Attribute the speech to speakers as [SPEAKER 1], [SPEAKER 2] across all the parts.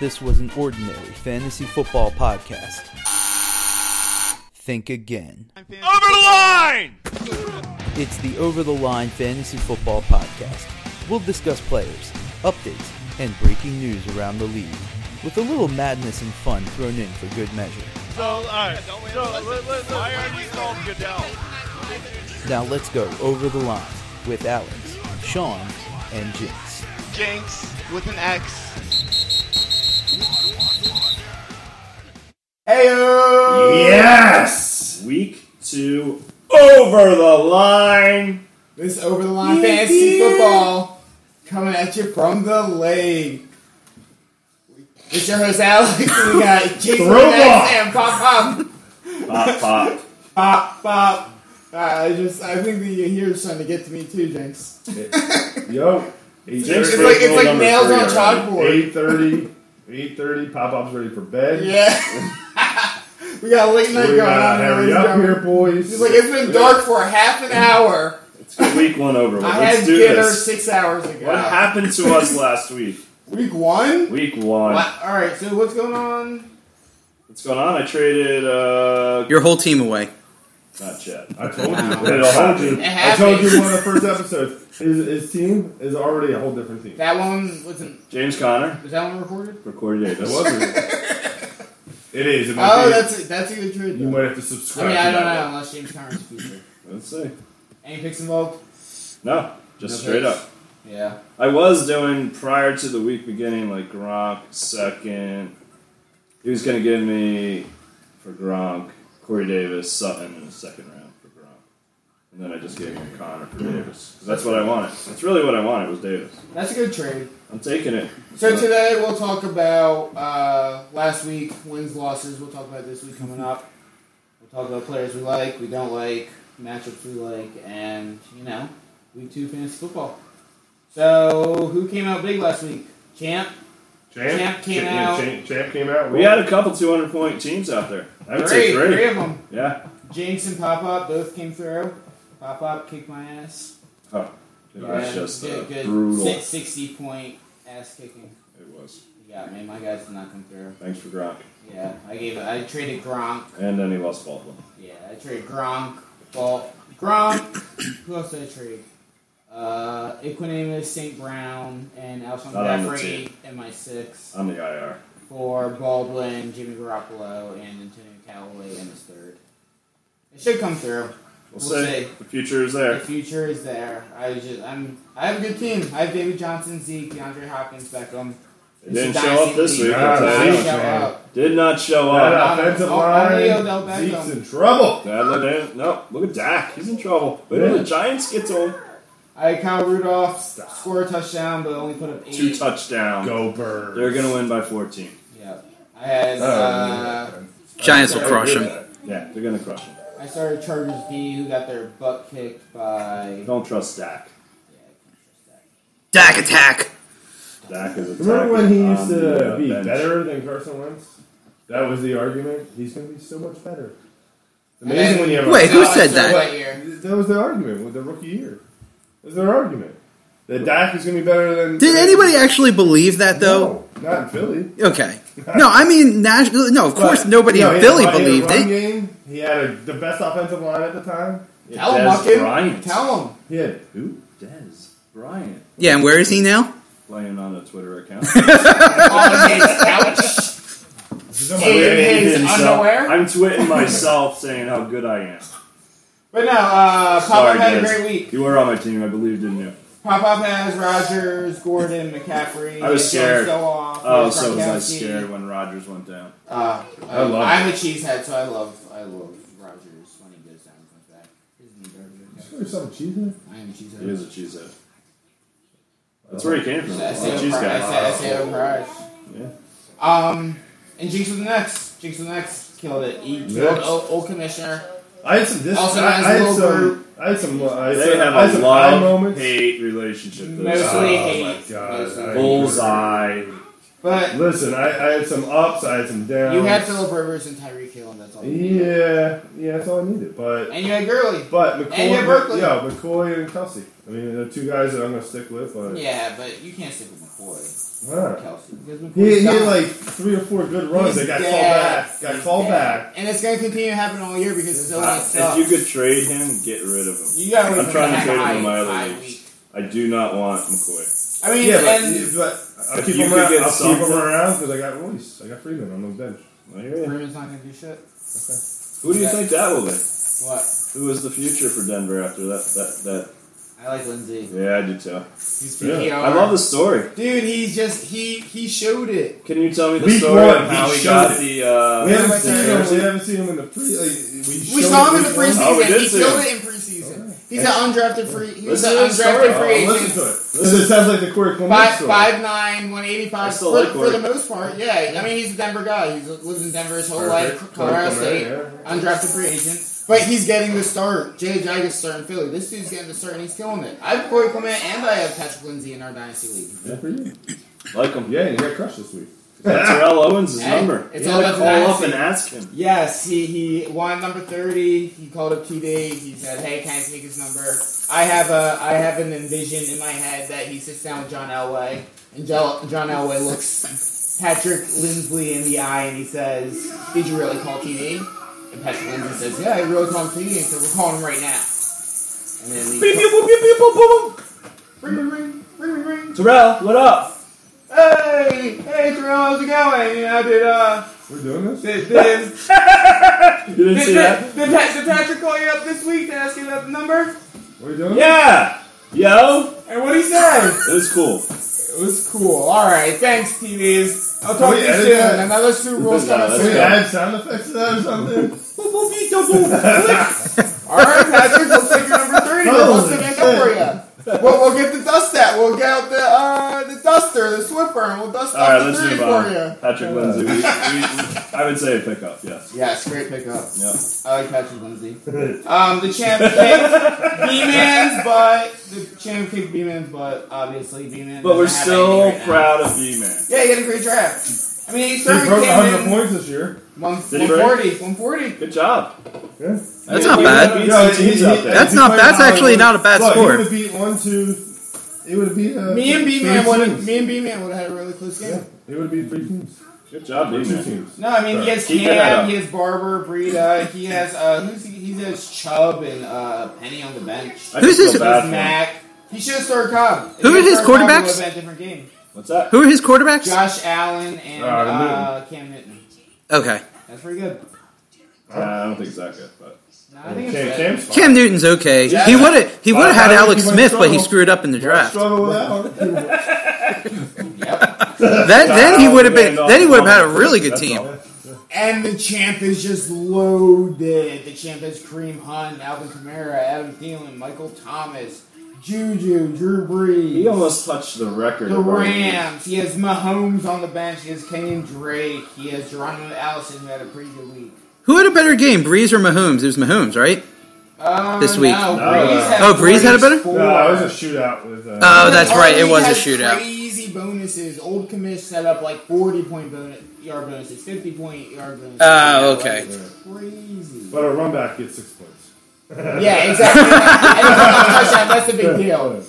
[SPEAKER 1] This was an ordinary fantasy football podcast. Think again.
[SPEAKER 2] Over
[SPEAKER 3] Over the line!
[SPEAKER 1] It's the Over the Line Fantasy Football Podcast. We'll discuss players, updates, and breaking news around the league, with a little madness and fun thrown in for good measure.
[SPEAKER 3] So, alright. So, let, let, why are you called Goodell?
[SPEAKER 1] Now let's go over the line with Alex, Sean, and Jinx.
[SPEAKER 2] Jinx with an X.
[SPEAKER 4] Yes!
[SPEAKER 5] Week two, over the line.
[SPEAKER 4] This is over the line fantasy football coming at you from the lake. It's your host Alex. and We got Jason
[SPEAKER 5] Throw off.
[SPEAKER 4] Max and Pop Pop.
[SPEAKER 5] Pop, pop.
[SPEAKER 4] Pop Pop. Uh, I just I think the here's trying to get to me too, Jinx.
[SPEAKER 6] Yo.
[SPEAKER 4] It's like- it's like nails on chalkboard.
[SPEAKER 6] 8.30, 8.30, pop-up's ready for bed.
[SPEAKER 4] Yeah. we got a late night going
[SPEAKER 6] We gotta
[SPEAKER 4] on.
[SPEAKER 6] hurry up
[SPEAKER 4] Everybody's
[SPEAKER 6] here, boys.
[SPEAKER 4] He's like, it's been dark for half an hour.
[SPEAKER 5] Let's get week one over with.
[SPEAKER 4] I
[SPEAKER 5] Let's
[SPEAKER 4] had
[SPEAKER 5] do
[SPEAKER 4] dinner
[SPEAKER 5] this.
[SPEAKER 4] six hours ago.
[SPEAKER 5] What happened to us last week?
[SPEAKER 4] Week one?
[SPEAKER 5] Week one.
[SPEAKER 4] Wow. All right, so what's going on?
[SPEAKER 5] What's going on? I traded, uh,
[SPEAKER 7] Your whole team away.
[SPEAKER 5] not yet. I told you.
[SPEAKER 6] I
[SPEAKER 5] It all
[SPEAKER 6] told
[SPEAKER 5] happened.
[SPEAKER 6] you.
[SPEAKER 4] It
[SPEAKER 6] I told you
[SPEAKER 4] happens.
[SPEAKER 6] in one of the first episodes. His, his team is already a whole different team.
[SPEAKER 4] That one wasn't.
[SPEAKER 5] James Conner
[SPEAKER 4] Was that one recorded?
[SPEAKER 5] recorded
[SPEAKER 6] It
[SPEAKER 5] Davis.
[SPEAKER 6] wasn't. it is. It might
[SPEAKER 4] Oh,
[SPEAKER 6] be-
[SPEAKER 4] that's that's even true.
[SPEAKER 6] You might have to subscribe
[SPEAKER 4] I mean, I
[SPEAKER 6] to
[SPEAKER 4] don't
[SPEAKER 6] that
[SPEAKER 4] know
[SPEAKER 6] one.
[SPEAKER 4] unless James Conner's future.
[SPEAKER 5] Let's see.
[SPEAKER 4] Any picks involved?
[SPEAKER 5] No, just
[SPEAKER 4] No
[SPEAKER 5] straight
[SPEAKER 4] picks.
[SPEAKER 5] up.
[SPEAKER 4] Yeah.
[SPEAKER 5] I was doing prior to the week beginning, like Gronk second. He was going to give me for Gronk, Corey Davis, Sutton in the second round for Gronk, and then I just gave him Connor for Davis because that's what I wanted. That's really what I wanted was Davis.
[SPEAKER 4] That's a good trade.
[SPEAKER 5] I'm taking it.
[SPEAKER 4] So today we'll talk about uh, last week wins losses. We'll talk about this week coming up. We'll talk about players we like, we don't like, matchups we like, and you know, week two fantasy football. So who came out big last week? Champ.
[SPEAKER 6] Champ,
[SPEAKER 4] Champ came
[SPEAKER 6] Champ- yeah,
[SPEAKER 4] out.
[SPEAKER 6] Champ, Champ came out.
[SPEAKER 5] we had a couple 200 point teams out there. I would say
[SPEAKER 4] three, three
[SPEAKER 5] three.
[SPEAKER 4] of them.
[SPEAKER 5] Yeah.
[SPEAKER 4] Jinx and Pop Up both came through. Pop Up kicked my ass.
[SPEAKER 5] Oh, it was just
[SPEAKER 4] good,
[SPEAKER 5] uh,
[SPEAKER 4] good
[SPEAKER 5] brutal.
[SPEAKER 4] six- 60 point ass kicking.
[SPEAKER 5] It was.
[SPEAKER 4] Yeah, man, my guys did not come through.
[SPEAKER 5] Thanks for Gronk,
[SPEAKER 4] Yeah, I gave I traded Gronk.
[SPEAKER 5] and then he lost Baldwin.
[SPEAKER 4] Yeah, I traded Gronk. Ball. Gronk. Who else did I trade? Uh, Equanimus, St. Brown, and Alshon
[SPEAKER 5] Not on the
[SPEAKER 4] Jeffrey
[SPEAKER 5] team.
[SPEAKER 4] and my six
[SPEAKER 5] on the IR.
[SPEAKER 4] for Baldwin, Jimmy Garoppolo, and Antonio Callaway in his third. It should come through.
[SPEAKER 5] We'll,
[SPEAKER 4] We'll
[SPEAKER 5] see.
[SPEAKER 4] see.
[SPEAKER 5] The future is
[SPEAKER 4] The
[SPEAKER 5] there.
[SPEAKER 4] future is there. I just I'm I have a good team. I have David Johnson, Zeke, DeAndre Hopkins, Beckham.
[SPEAKER 5] They didn't show up this week.
[SPEAKER 6] Nah,
[SPEAKER 5] I'll tell you.
[SPEAKER 6] Zeke.
[SPEAKER 4] Shout out.
[SPEAKER 5] Did not show
[SPEAKER 6] That
[SPEAKER 5] up.
[SPEAKER 6] offensive
[SPEAKER 4] Oh, only Odell
[SPEAKER 6] line.
[SPEAKER 4] Beckham.
[SPEAKER 6] Zeke's in trouble.
[SPEAKER 5] Dad look at no. Look at Dak. He's in trouble. Wait
[SPEAKER 6] Yeah.
[SPEAKER 5] till the Giants get to him.
[SPEAKER 4] I Kyle Rudolph score a touchdown, but only put up eight.
[SPEAKER 5] Two touchdowns.
[SPEAKER 6] Go Birds.
[SPEAKER 5] They're gonna win by 14.
[SPEAKER 4] yeah, I had.
[SPEAKER 6] Oh,
[SPEAKER 4] Uh,
[SPEAKER 7] Giants will crush him.
[SPEAKER 5] Yeah, they're gonna crush him.
[SPEAKER 4] I started Chargers D, who got their butt kicked by.
[SPEAKER 5] Don't trust Dak.
[SPEAKER 7] Dak attack.
[SPEAKER 5] Dak is attacking.
[SPEAKER 6] Remember when he used
[SPEAKER 5] on
[SPEAKER 6] to
[SPEAKER 5] the, uh,
[SPEAKER 6] be
[SPEAKER 5] bench.
[SPEAKER 6] better than Carson Wentz? That was the argument. He's going to be so much better. It's
[SPEAKER 4] And
[SPEAKER 6] amazing
[SPEAKER 4] then-
[SPEAKER 6] when you have a-
[SPEAKER 7] Wait, who
[SPEAKER 4] Now I
[SPEAKER 7] said
[SPEAKER 4] saw
[SPEAKER 7] that?
[SPEAKER 4] what year.
[SPEAKER 6] That was their argument with the rookie year. That was their argument. That Dak is going to be better than.
[SPEAKER 7] Did anybody actually believe that though?
[SPEAKER 6] No, not in Philly.
[SPEAKER 7] Okay. No, I mean national. No, of course
[SPEAKER 6] But,
[SPEAKER 7] nobody
[SPEAKER 6] no,
[SPEAKER 7] in
[SPEAKER 6] he
[SPEAKER 7] Philly
[SPEAKER 6] had a- he had a
[SPEAKER 7] believed
[SPEAKER 6] run
[SPEAKER 7] it.
[SPEAKER 6] Game. He had a, the best offensive line at the time.
[SPEAKER 5] Yeah,
[SPEAKER 4] Tell him,
[SPEAKER 5] Dez
[SPEAKER 4] Buckin.
[SPEAKER 5] Bryant.
[SPEAKER 4] Tell him.
[SPEAKER 6] He had
[SPEAKER 5] Who? Dez Bryant.
[SPEAKER 7] Yeah, and where is he now?
[SPEAKER 5] Playing on a Twitter account.
[SPEAKER 4] On his couch.
[SPEAKER 5] Tweeting
[SPEAKER 4] his
[SPEAKER 5] himself.
[SPEAKER 4] underwear?
[SPEAKER 5] I'm tweeting myself saying how good I am.
[SPEAKER 4] But no, uh, Pop Up
[SPEAKER 5] Sorry,
[SPEAKER 4] had a
[SPEAKER 5] Dez.
[SPEAKER 4] great week.
[SPEAKER 5] You were on my team, I believe, didn't you?
[SPEAKER 4] Pop Up has Rogers, Gordon, McCaffrey.
[SPEAKER 5] I was
[SPEAKER 4] Jason
[SPEAKER 5] scared.
[SPEAKER 4] So off,
[SPEAKER 5] Oh,
[SPEAKER 4] Mitch
[SPEAKER 5] so was I
[SPEAKER 4] Gronkowski.
[SPEAKER 5] scared when Rogers went down?
[SPEAKER 4] Uh, I,
[SPEAKER 6] I love
[SPEAKER 4] I'm a cheesehead, so I love I love Rogers when he goes down and comes back. Isn't he better?
[SPEAKER 6] Sure, something cheesy.
[SPEAKER 4] I am a cheesehead.
[SPEAKER 5] He is a cheesehead. That's where he came from.
[SPEAKER 4] That's
[SPEAKER 5] He's a cheese
[SPEAKER 4] Price.
[SPEAKER 5] guy.
[SPEAKER 4] That's Taylor Price.
[SPEAKER 5] Yeah.
[SPEAKER 4] Um, and Jinx was next. Jinx was next. Killed it. He killed
[SPEAKER 6] Next. Oh
[SPEAKER 4] old, old commissioner.
[SPEAKER 6] I had some. Dis-
[SPEAKER 4] Also,
[SPEAKER 6] I, I
[SPEAKER 4] as a
[SPEAKER 6] had
[SPEAKER 4] little
[SPEAKER 6] some.
[SPEAKER 4] group-
[SPEAKER 6] I had some. uh, I had
[SPEAKER 5] They
[SPEAKER 6] some,
[SPEAKER 5] have
[SPEAKER 6] I had
[SPEAKER 5] a
[SPEAKER 6] some high
[SPEAKER 5] love
[SPEAKER 6] moments.
[SPEAKER 5] hate relationship.
[SPEAKER 4] Mostly
[SPEAKER 6] Oh,
[SPEAKER 4] hate.
[SPEAKER 6] my God.
[SPEAKER 4] Mostly.
[SPEAKER 6] I-
[SPEAKER 5] Bullseye.
[SPEAKER 4] But
[SPEAKER 6] Listen, I, I had some ups, I had some downs.
[SPEAKER 4] you had Philip Rivers and Tyreek Hill, and that's all. you need.
[SPEAKER 6] Yeah, yeah, that's all I needed. But
[SPEAKER 4] And you had Gurley.
[SPEAKER 6] but McCoy,
[SPEAKER 4] and you had Berkeley.
[SPEAKER 6] yeah, McCoy and Kelsey. I mean, they're two guys that I'm gonna stick with. But
[SPEAKER 4] Yeah, but you can't stick with McCoy.
[SPEAKER 6] why not?
[SPEAKER 4] Kelsey. Because
[SPEAKER 6] He,
[SPEAKER 4] McCoy's
[SPEAKER 6] he had
[SPEAKER 4] gone.
[SPEAKER 6] like three or four good runs that got
[SPEAKER 4] He's
[SPEAKER 6] called
[SPEAKER 4] dead.
[SPEAKER 6] back. Got
[SPEAKER 4] He's
[SPEAKER 6] called
[SPEAKER 4] dead.
[SPEAKER 6] back.
[SPEAKER 4] And it's going to continue to happen all year because it's
[SPEAKER 5] I-
[SPEAKER 4] only
[SPEAKER 5] Uh, if
[SPEAKER 4] stuff.
[SPEAKER 5] you could trade him, get rid of him.
[SPEAKER 4] You gotta wait
[SPEAKER 5] I'm
[SPEAKER 4] for
[SPEAKER 5] trying to
[SPEAKER 4] that
[SPEAKER 5] trade him
[SPEAKER 4] high-
[SPEAKER 5] in my other
[SPEAKER 4] high
[SPEAKER 5] leagues.
[SPEAKER 4] week.
[SPEAKER 5] I do not want McCoy.
[SPEAKER 4] I mean,
[SPEAKER 6] Yeah, but,
[SPEAKER 4] and
[SPEAKER 6] but I'll
[SPEAKER 5] If
[SPEAKER 6] keep
[SPEAKER 5] you
[SPEAKER 6] him
[SPEAKER 5] could
[SPEAKER 6] around.
[SPEAKER 5] get
[SPEAKER 6] I'll keep him
[SPEAKER 5] something-
[SPEAKER 6] around because I got Royce. I got Freeman on the bench.
[SPEAKER 5] I hear ya.
[SPEAKER 4] Freeman's not going to do shit.
[SPEAKER 5] Who do you
[SPEAKER 4] Yeah.
[SPEAKER 5] think that will be?
[SPEAKER 4] What?
[SPEAKER 5] Who is the future for Denver after that? That
[SPEAKER 4] I like Lindsey.
[SPEAKER 5] that. Yeah, I do too.
[SPEAKER 4] He's
[SPEAKER 5] Yeah.
[SPEAKER 4] PPR.
[SPEAKER 5] I love the story.
[SPEAKER 4] Dude, he's just he he showed it.
[SPEAKER 5] Can you tell me the
[SPEAKER 6] Week
[SPEAKER 5] story
[SPEAKER 6] one,
[SPEAKER 5] of how
[SPEAKER 6] he
[SPEAKER 5] he got
[SPEAKER 6] showed
[SPEAKER 5] the? Uh,
[SPEAKER 6] we haven't
[SPEAKER 4] my
[SPEAKER 6] seen
[SPEAKER 4] turn.
[SPEAKER 6] him. We haven't seen him in the pre. Like, we
[SPEAKER 4] We
[SPEAKER 6] showed
[SPEAKER 4] saw him in
[SPEAKER 6] him
[SPEAKER 4] the
[SPEAKER 6] week
[SPEAKER 4] preseason.
[SPEAKER 6] one.
[SPEAKER 5] Oh, we did
[SPEAKER 4] he
[SPEAKER 5] see
[SPEAKER 4] showed
[SPEAKER 5] him.
[SPEAKER 4] it in preseason. He's an undrafted free. He was
[SPEAKER 5] Listen
[SPEAKER 4] an
[SPEAKER 5] to his story.
[SPEAKER 4] undrafted
[SPEAKER 5] Oh,
[SPEAKER 4] free
[SPEAKER 6] I'll
[SPEAKER 4] agent.
[SPEAKER 6] Uh, listen to it. This is- sounds like the Corey Clement
[SPEAKER 4] Five,
[SPEAKER 6] story.
[SPEAKER 4] five nine, 185.
[SPEAKER 5] I still
[SPEAKER 4] For,
[SPEAKER 5] like
[SPEAKER 4] for the
[SPEAKER 5] Corey.
[SPEAKER 4] most part, yeah. I mean, he's a Denver guy. He's lives in Denver his whole
[SPEAKER 6] Perfect.
[SPEAKER 4] life. Colorado
[SPEAKER 6] Corey
[SPEAKER 4] State,
[SPEAKER 6] Clement,
[SPEAKER 4] undrafted free agent. But he's getting the start. Jay Jagged's starting Philly. This dude's getting the start, and he's killing it. I have Corey Clement, and I have Patrick Lindsey in our dynasty league.
[SPEAKER 6] Good for you.
[SPEAKER 5] Like him.
[SPEAKER 6] Yeah, you got crushed this week.
[SPEAKER 5] That's Terrell Owens'
[SPEAKER 4] Hey,
[SPEAKER 5] number.
[SPEAKER 4] it's
[SPEAKER 5] you
[SPEAKER 4] all
[SPEAKER 5] had to
[SPEAKER 4] about the
[SPEAKER 5] call up
[SPEAKER 4] dynasty.
[SPEAKER 5] and ask him.
[SPEAKER 4] Yes, he, he won number thirty. He called up TD. He said, "Hey, can I sneak his number?" I have a I have an envision in my head that he sits down with John Elway, and jo- John Elway looks Patrick Lindsley in the eye, and he says, "Did you really call TD?" And Patrick Lindsley says, "Yeah, I really called TD." And he said, "We're calling him right now." And then he ring ring ring ring ring ring.
[SPEAKER 5] Terrell, what up?
[SPEAKER 4] Hey, hey, Terrell, how's it going? You know, did uh
[SPEAKER 6] We're doing this.
[SPEAKER 4] did did.
[SPEAKER 5] You didn't see that?
[SPEAKER 4] Did, did, Pat- did Patrick call you up this week to ask you about the number?
[SPEAKER 6] We're doing this.
[SPEAKER 5] Yeah. Yo,
[SPEAKER 4] And what he say?
[SPEAKER 5] it was cool.
[SPEAKER 4] It was cool. All right, thanks, TVs. I'll
[SPEAKER 6] Can
[SPEAKER 4] talk
[SPEAKER 6] we
[SPEAKER 4] to you
[SPEAKER 6] edit
[SPEAKER 4] soon.
[SPEAKER 6] that?
[SPEAKER 4] Another Super Bowl
[SPEAKER 5] No, that's
[SPEAKER 4] coming
[SPEAKER 6] Can we
[SPEAKER 4] soon.
[SPEAKER 5] good.
[SPEAKER 6] add sound effects to that or something?
[SPEAKER 4] All right, Patrick, we'll take your number thirty. We'll
[SPEAKER 6] Holy
[SPEAKER 4] set back up for you. We'll, we'll get the dust out. We'll get out the uh, the duster, the Swiffer, and we'll dust
[SPEAKER 5] All right,
[SPEAKER 4] off the
[SPEAKER 5] let's
[SPEAKER 4] thirty
[SPEAKER 5] move
[SPEAKER 4] for
[SPEAKER 5] on.
[SPEAKER 4] you.
[SPEAKER 5] Patrick Lindsay. We, we, I would say a pickup. Yes.
[SPEAKER 4] Yes, great pickup.
[SPEAKER 5] Yep.
[SPEAKER 4] I like Patrick Lindsay. Um, the champ kicked B-Man's butt. The champ kicked B-Man's butt, obviously. B-Man.
[SPEAKER 5] But we're
[SPEAKER 4] doesn't have
[SPEAKER 5] still
[SPEAKER 4] anything right now.
[SPEAKER 5] proud of B man.
[SPEAKER 4] Yeah, he had a great draft. I mean, he
[SPEAKER 6] He
[SPEAKER 4] certainly
[SPEAKER 6] broke
[SPEAKER 4] came
[SPEAKER 6] 100
[SPEAKER 4] in
[SPEAKER 6] points this year.
[SPEAKER 4] one,
[SPEAKER 5] Did he
[SPEAKER 4] 140, 140.
[SPEAKER 5] Good job.
[SPEAKER 6] Yeah.
[SPEAKER 7] That's
[SPEAKER 5] I
[SPEAKER 7] not
[SPEAKER 5] mean,
[SPEAKER 7] bad.
[SPEAKER 5] we beat
[SPEAKER 6] Yeah,
[SPEAKER 5] some teams
[SPEAKER 6] he-
[SPEAKER 5] out there.
[SPEAKER 7] That's
[SPEAKER 6] he
[SPEAKER 7] not-
[SPEAKER 6] played
[SPEAKER 7] that's
[SPEAKER 6] hard.
[SPEAKER 7] actually not a bad
[SPEAKER 6] Look,
[SPEAKER 7] score.
[SPEAKER 6] He would have beat one, two. It would have beat. Uh,
[SPEAKER 4] Me and
[SPEAKER 6] three
[SPEAKER 4] B Man would
[SPEAKER 6] teams.
[SPEAKER 4] me and B Man would have had a really close game.
[SPEAKER 6] Yeah, it would have beat three teams.
[SPEAKER 5] Good job,
[SPEAKER 6] Or
[SPEAKER 5] B
[SPEAKER 6] two
[SPEAKER 5] man.
[SPEAKER 6] teams.
[SPEAKER 4] No, I mean he
[SPEAKER 6] Sure.
[SPEAKER 4] has
[SPEAKER 5] Keep your head
[SPEAKER 4] Cam,
[SPEAKER 5] up.
[SPEAKER 4] he has Barber, Breida, he has uh who's he, he has Chubb and uh Penny on the bench.
[SPEAKER 5] I
[SPEAKER 7] Who's
[SPEAKER 5] just feel
[SPEAKER 7] his-
[SPEAKER 5] bad for him.
[SPEAKER 4] Mac. He should have started Cobb. If
[SPEAKER 7] Who
[SPEAKER 4] he
[SPEAKER 7] are
[SPEAKER 4] had
[SPEAKER 7] his
[SPEAKER 4] started Cobb, it
[SPEAKER 7] quarterbacks?
[SPEAKER 4] would have been a different game.
[SPEAKER 5] What's that?
[SPEAKER 7] Who are his quarterbacks?
[SPEAKER 4] Josh Allen and
[SPEAKER 6] Uh,
[SPEAKER 4] uh,
[SPEAKER 6] Newton.
[SPEAKER 4] Cam Newton.
[SPEAKER 7] Okay.
[SPEAKER 4] That's pretty good.
[SPEAKER 5] Uh, I don't think Zach good, but
[SPEAKER 4] No, I think it's
[SPEAKER 6] Cam,
[SPEAKER 4] good.
[SPEAKER 6] Cam's fine.
[SPEAKER 7] Cam Newton's okay.
[SPEAKER 5] Yeah.
[SPEAKER 7] He would have he would have
[SPEAKER 6] Why-
[SPEAKER 7] had
[SPEAKER 6] why would
[SPEAKER 7] Alex
[SPEAKER 6] he
[SPEAKER 7] Smith, but he
[SPEAKER 6] struggle?
[SPEAKER 7] screwed up in the draft.
[SPEAKER 6] Struggle with that one.
[SPEAKER 7] That then he would have been
[SPEAKER 5] Randolph,
[SPEAKER 7] then he would have had a
[SPEAKER 5] Randolph.
[SPEAKER 7] really good
[SPEAKER 5] That's
[SPEAKER 7] team.
[SPEAKER 5] all.
[SPEAKER 4] And the champ is just loaded. The champ has Kareem Hunt, Alvin Kamara, Adam Thielen, Michael Thomas, Juju, Drew Brees.
[SPEAKER 5] He almost touched the record.
[SPEAKER 4] The
[SPEAKER 5] of our league.
[SPEAKER 4] Rams. He has Mahomes on the bench. He has Kenyon Drake. He has Geronimo Allison, who had a pretty good week.
[SPEAKER 7] Who had a better game, Breeze or Mahomes? It was Mahomes, right?
[SPEAKER 4] Uh,
[SPEAKER 7] This week.
[SPEAKER 4] No,
[SPEAKER 5] No.
[SPEAKER 4] Breeze had
[SPEAKER 7] Oh, Breeze had a better?
[SPEAKER 4] 44.
[SPEAKER 6] No, it was a shootout with. Uh,
[SPEAKER 7] Oh, that's right. It
[SPEAKER 4] Arlie
[SPEAKER 7] was a
[SPEAKER 4] has
[SPEAKER 7] shootout.
[SPEAKER 4] Crazy bonuses. Old commish set up like forty point bonus yard bonuses, fifty point yard bonuses.
[SPEAKER 7] Oh, okay.
[SPEAKER 4] Like, crazy.
[SPEAKER 6] but a run back gets six points.
[SPEAKER 4] Yeah, exactly. and it's like a touchdown. That's the big deal.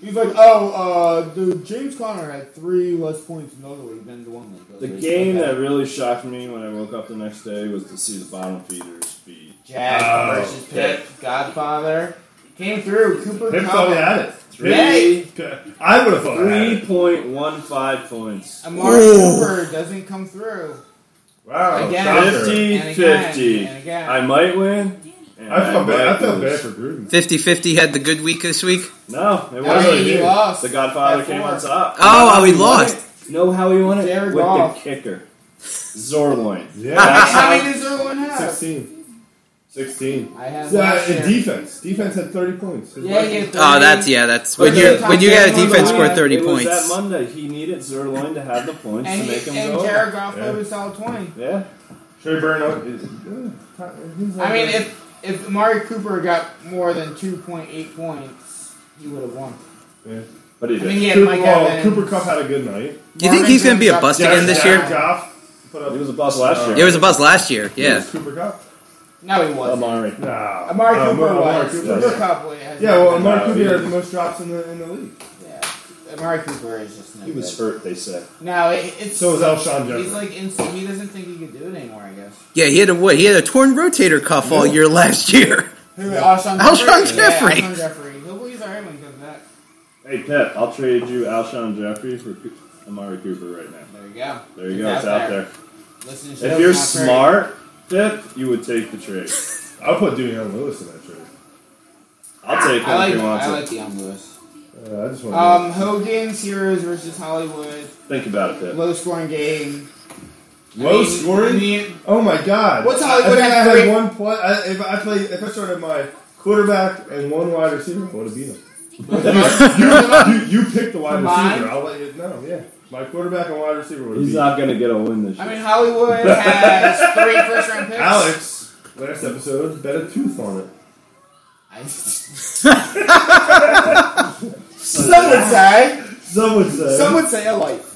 [SPEAKER 4] He's like, oh, uh, the James Conner had three less points in the other league than the one league.
[SPEAKER 5] The
[SPEAKER 4] Okay.
[SPEAKER 5] game that really shocked me when I woke up the next day was to see the bottom feeders be.
[SPEAKER 4] Jack
[SPEAKER 6] Oh,
[SPEAKER 4] versus Pitt, Godfather. Came through. Cooper
[SPEAKER 6] Pip thought he
[SPEAKER 4] Cup.
[SPEAKER 6] had it.
[SPEAKER 5] Three,
[SPEAKER 4] Yay!
[SPEAKER 6] I would have thought I had it.
[SPEAKER 5] 3.15 points.
[SPEAKER 4] Amari Cooper doesn't come through.
[SPEAKER 6] Wow.
[SPEAKER 4] Again.
[SPEAKER 6] shocker.
[SPEAKER 5] 50
[SPEAKER 4] And again,
[SPEAKER 5] 50.
[SPEAKER 4] and again.
[SPEAKER 5] I might win. and
[SPEAKER 6] I felt bad. I
[SPEAKER 5] might
[SPEAKER 6] felt bad
[SPEAKER 5] lose.
[SPEAKER 6] for Gruden.
[SPEAKER 7] 50-50 had the good week this week.
[SPEAKER 5] No, it
[SPEAKER 4] I
[SPEAKER 5] wasn't.
[SPEAKER 4] mean, he lost.
[SPEAKER 5] The Godfather
[SPEAKER 4] At
[SPEAKER 5] came
[SPEAKER 4] four.
[SPEAKER 5] on top.
[SPEAKER 7] Oh,
[SPEAKER 5] How
[SPEAKER 7] we
[SPEAKER 5] he won
[SPEAKER 7] lost.
[SPEAKER 5] it? Know how he won it?
[SPEAKER 4] Jared
[SPEAKER 5] With
[SPEAKER 4] Goff.
[SPEAKER 5] the kicker. Zorloin.
[SPEAKER 6] Yeah.
[SPEAKER 4] And How many does everyone have?
[SPEAKER 6] Sixteen. Sixteen.
[SPEAKER 4] I have
[SPEAKER 6] Yeah,
[SPEAKER 4] last
[SPEAKER 6] and
[SPEAKER 4] year.
[SPEAKER 6] defense. Defense had thirty points. His
[SPEAKER 4] Yeah,
[SPEAKER 6] Vikings-
[SPEAKER 4] yeah.
[SPEAKER 7] Oh, that's yeah. That's when
[SPEAKER 4] But
[SPEAKER 7] you
[SPEAKER 4] the-
[SPEAKER 7] when you got a
[SPEAKER 4] Monday
[SPEAKER 7] defense
[SPEAKER 4] night,
[SPEAKER 7] score thirty
[SPEAKER 5] it Was
[SPEAKER 7] points.
[SPEAKER 5] that Monday, he needed Zerloin to have the points
[SPEAKER 4] And,
[SPEAKER 5] to make
[SPEAKER 4] he,
[SPEAKER 5] him
[SPEAKER 4] and
[SPEAKER 5] go.
[SPEAKER 4] Jared Goff
[SPEAKER 6] Yeah.
[SPEAKER 4] yeah. was solid 20.
[SPEAKER 5] Yeah.
[SPEAKER 6] Trey Burnout is. uh, he's like-
[SPEAKER 4] I mean, if, if Amari Cooper got more than 2.8 points, he would have won.
[SPEAKER 6] Yeah.
[SPEAKER 5] But he
[SPEAKER 4] I
[SPEAKER 5] did.
[SPEAKER 4] mean, yeah,
[SPEAKER 6] Cooper,
[SPEAKER 4] Mike
[SPEAKER 6] well,
[SPEAKER 4] Evans.
[SPEAKER 6] Cooper Cup had a good night.
[SPEAKER 7] Do you think he's going to be a bust
[SPEAKER 6] Jared-
[SPEAKER 7] again this
[SPEAKER 6] Jared
[SPEAKER 7] year?
[SPEAKER 6] Goff put up.
[SPEAKER 5] He was a bust last year.
[SPEAKER 7] There was a bust last year.
[SPEAKER 6] It
[SPEAKER 7] Yeah.
[SPEAKER 6] was Cooper Cup.
[SPEAKER 4] No, he wasn't.
[SPEAKER 5] Amari.
[SPEAKER 6] No.
[SPEAKER 4] Amari
[SPEAKER 6] No,
[SPEAKER 4] Cooper
[SPEAKER 6] Amari
[SPEAKER 4] was.
[SPEAKER 6] Oh, Cooper.
[SPEAKER 4] Cooper Cup was- has
[SPEAKER 6] Yeah, well, Amari
[SPEAKER 5] No, he
[SPEAKER 6] Cooper had the
[SPEAKER 5] didn't.
[SPEAKER 6] most drops in the in the league.
[SPEAKER 4] Yeah. Amari Cooper is just no
[SPEAKER 5] He was
[SPEAKER 4] good.
[SPEAKER 5] hurt, they said.
[SPEAKER 4] No, it, it's
[SPEAKER 6] So was Alshon
[SPEAKER 4] he's
[SPEAKER 6] Jeffrey.
[SPEAKER 4] like instant. He doesn't think he can do it anymore. I guess.
[SPEAKER 7] Yeah, he had a what? He had a torn rotator cuff all year last year.
[SPEAKER 4] Who? Alshon.
[SPEAKER 7] Alshon Jeffrey.
[SPEAKER 4] Jeffrey. Yeah, Alshon Jeffrey. He'll he's alright when he comes back.
[SPEAKER 5] Hey, Pep, I'll trade you Alshon Jeffrey for Coo- Amari Cooper right now.
[SPEAKER 4] There you go.
[SPEAKER 5] There you
[SPEAKER 4] He's
[SPEAKER 5] go. It's out there.
[SPEAKER 4] Listen to
[SPEAKER 5] If
[SPEAKER 4] shows,
[SPEAKER 5] you're
[SPEAKER 4] not great.
[SPEAKER 5] smart, Pip, you would take the trade.
[SPEAKER 6] I'll put Deion Lewis in that trade.
[SPEAKER 5] I'll take him
[SPEAKER 4] I like
[SPEAKER 5] if he wants
[SPEAKER 4] I
[SPEAKER 5] it.
[SPEAKER 4] like Deion Lewis.
[SPEAKER 6] Uh, I just want.
[SPEAKER 4] Um, Hogan's Heroes versus Hollywood.
[SPEAKER 5] Think about it, Pip.
[SPEAKER 4] Low scoring game. I
[SPEAKER 6] Low
[SPEAKER 4] mean,
[SPEAKER 6] scoring?
[SPEAKER 4] I mean,
[SPEAKER 6] Oh my God!
[SPEAKER 4] What's
[SPEAKER 6] I, I
[SPEAKER 4] Hollywood
[SPEAKER 6] think I
[SPEAKER 4] at
[SPEAKER 6] had
[SPEAKER 4] three?
[SPEAKER 6] one play. I, if I play, if I started my quarterback and one wide receiver, I would have beat him. you, you pick the wide
[SPEAKER 4] Mine?
[SPEAKER 6] receiver. I'll let you know. Yeah, my quarterback and wide receiver would have
[SPEAKER 5] He's
[SPEAKER 6] beat
[SPEAKER 5] not going to get a win this year.
[SPEAKER 4] I mean, Hollywood has three first round picks.
[SPEAKER 6] him. Alex. Last episode, bet a tooth on it.
[SPEAKER 4] I- Some would say.
[SPEAKER 6] Some would say.
[SPEAKER 4] Some would say a life.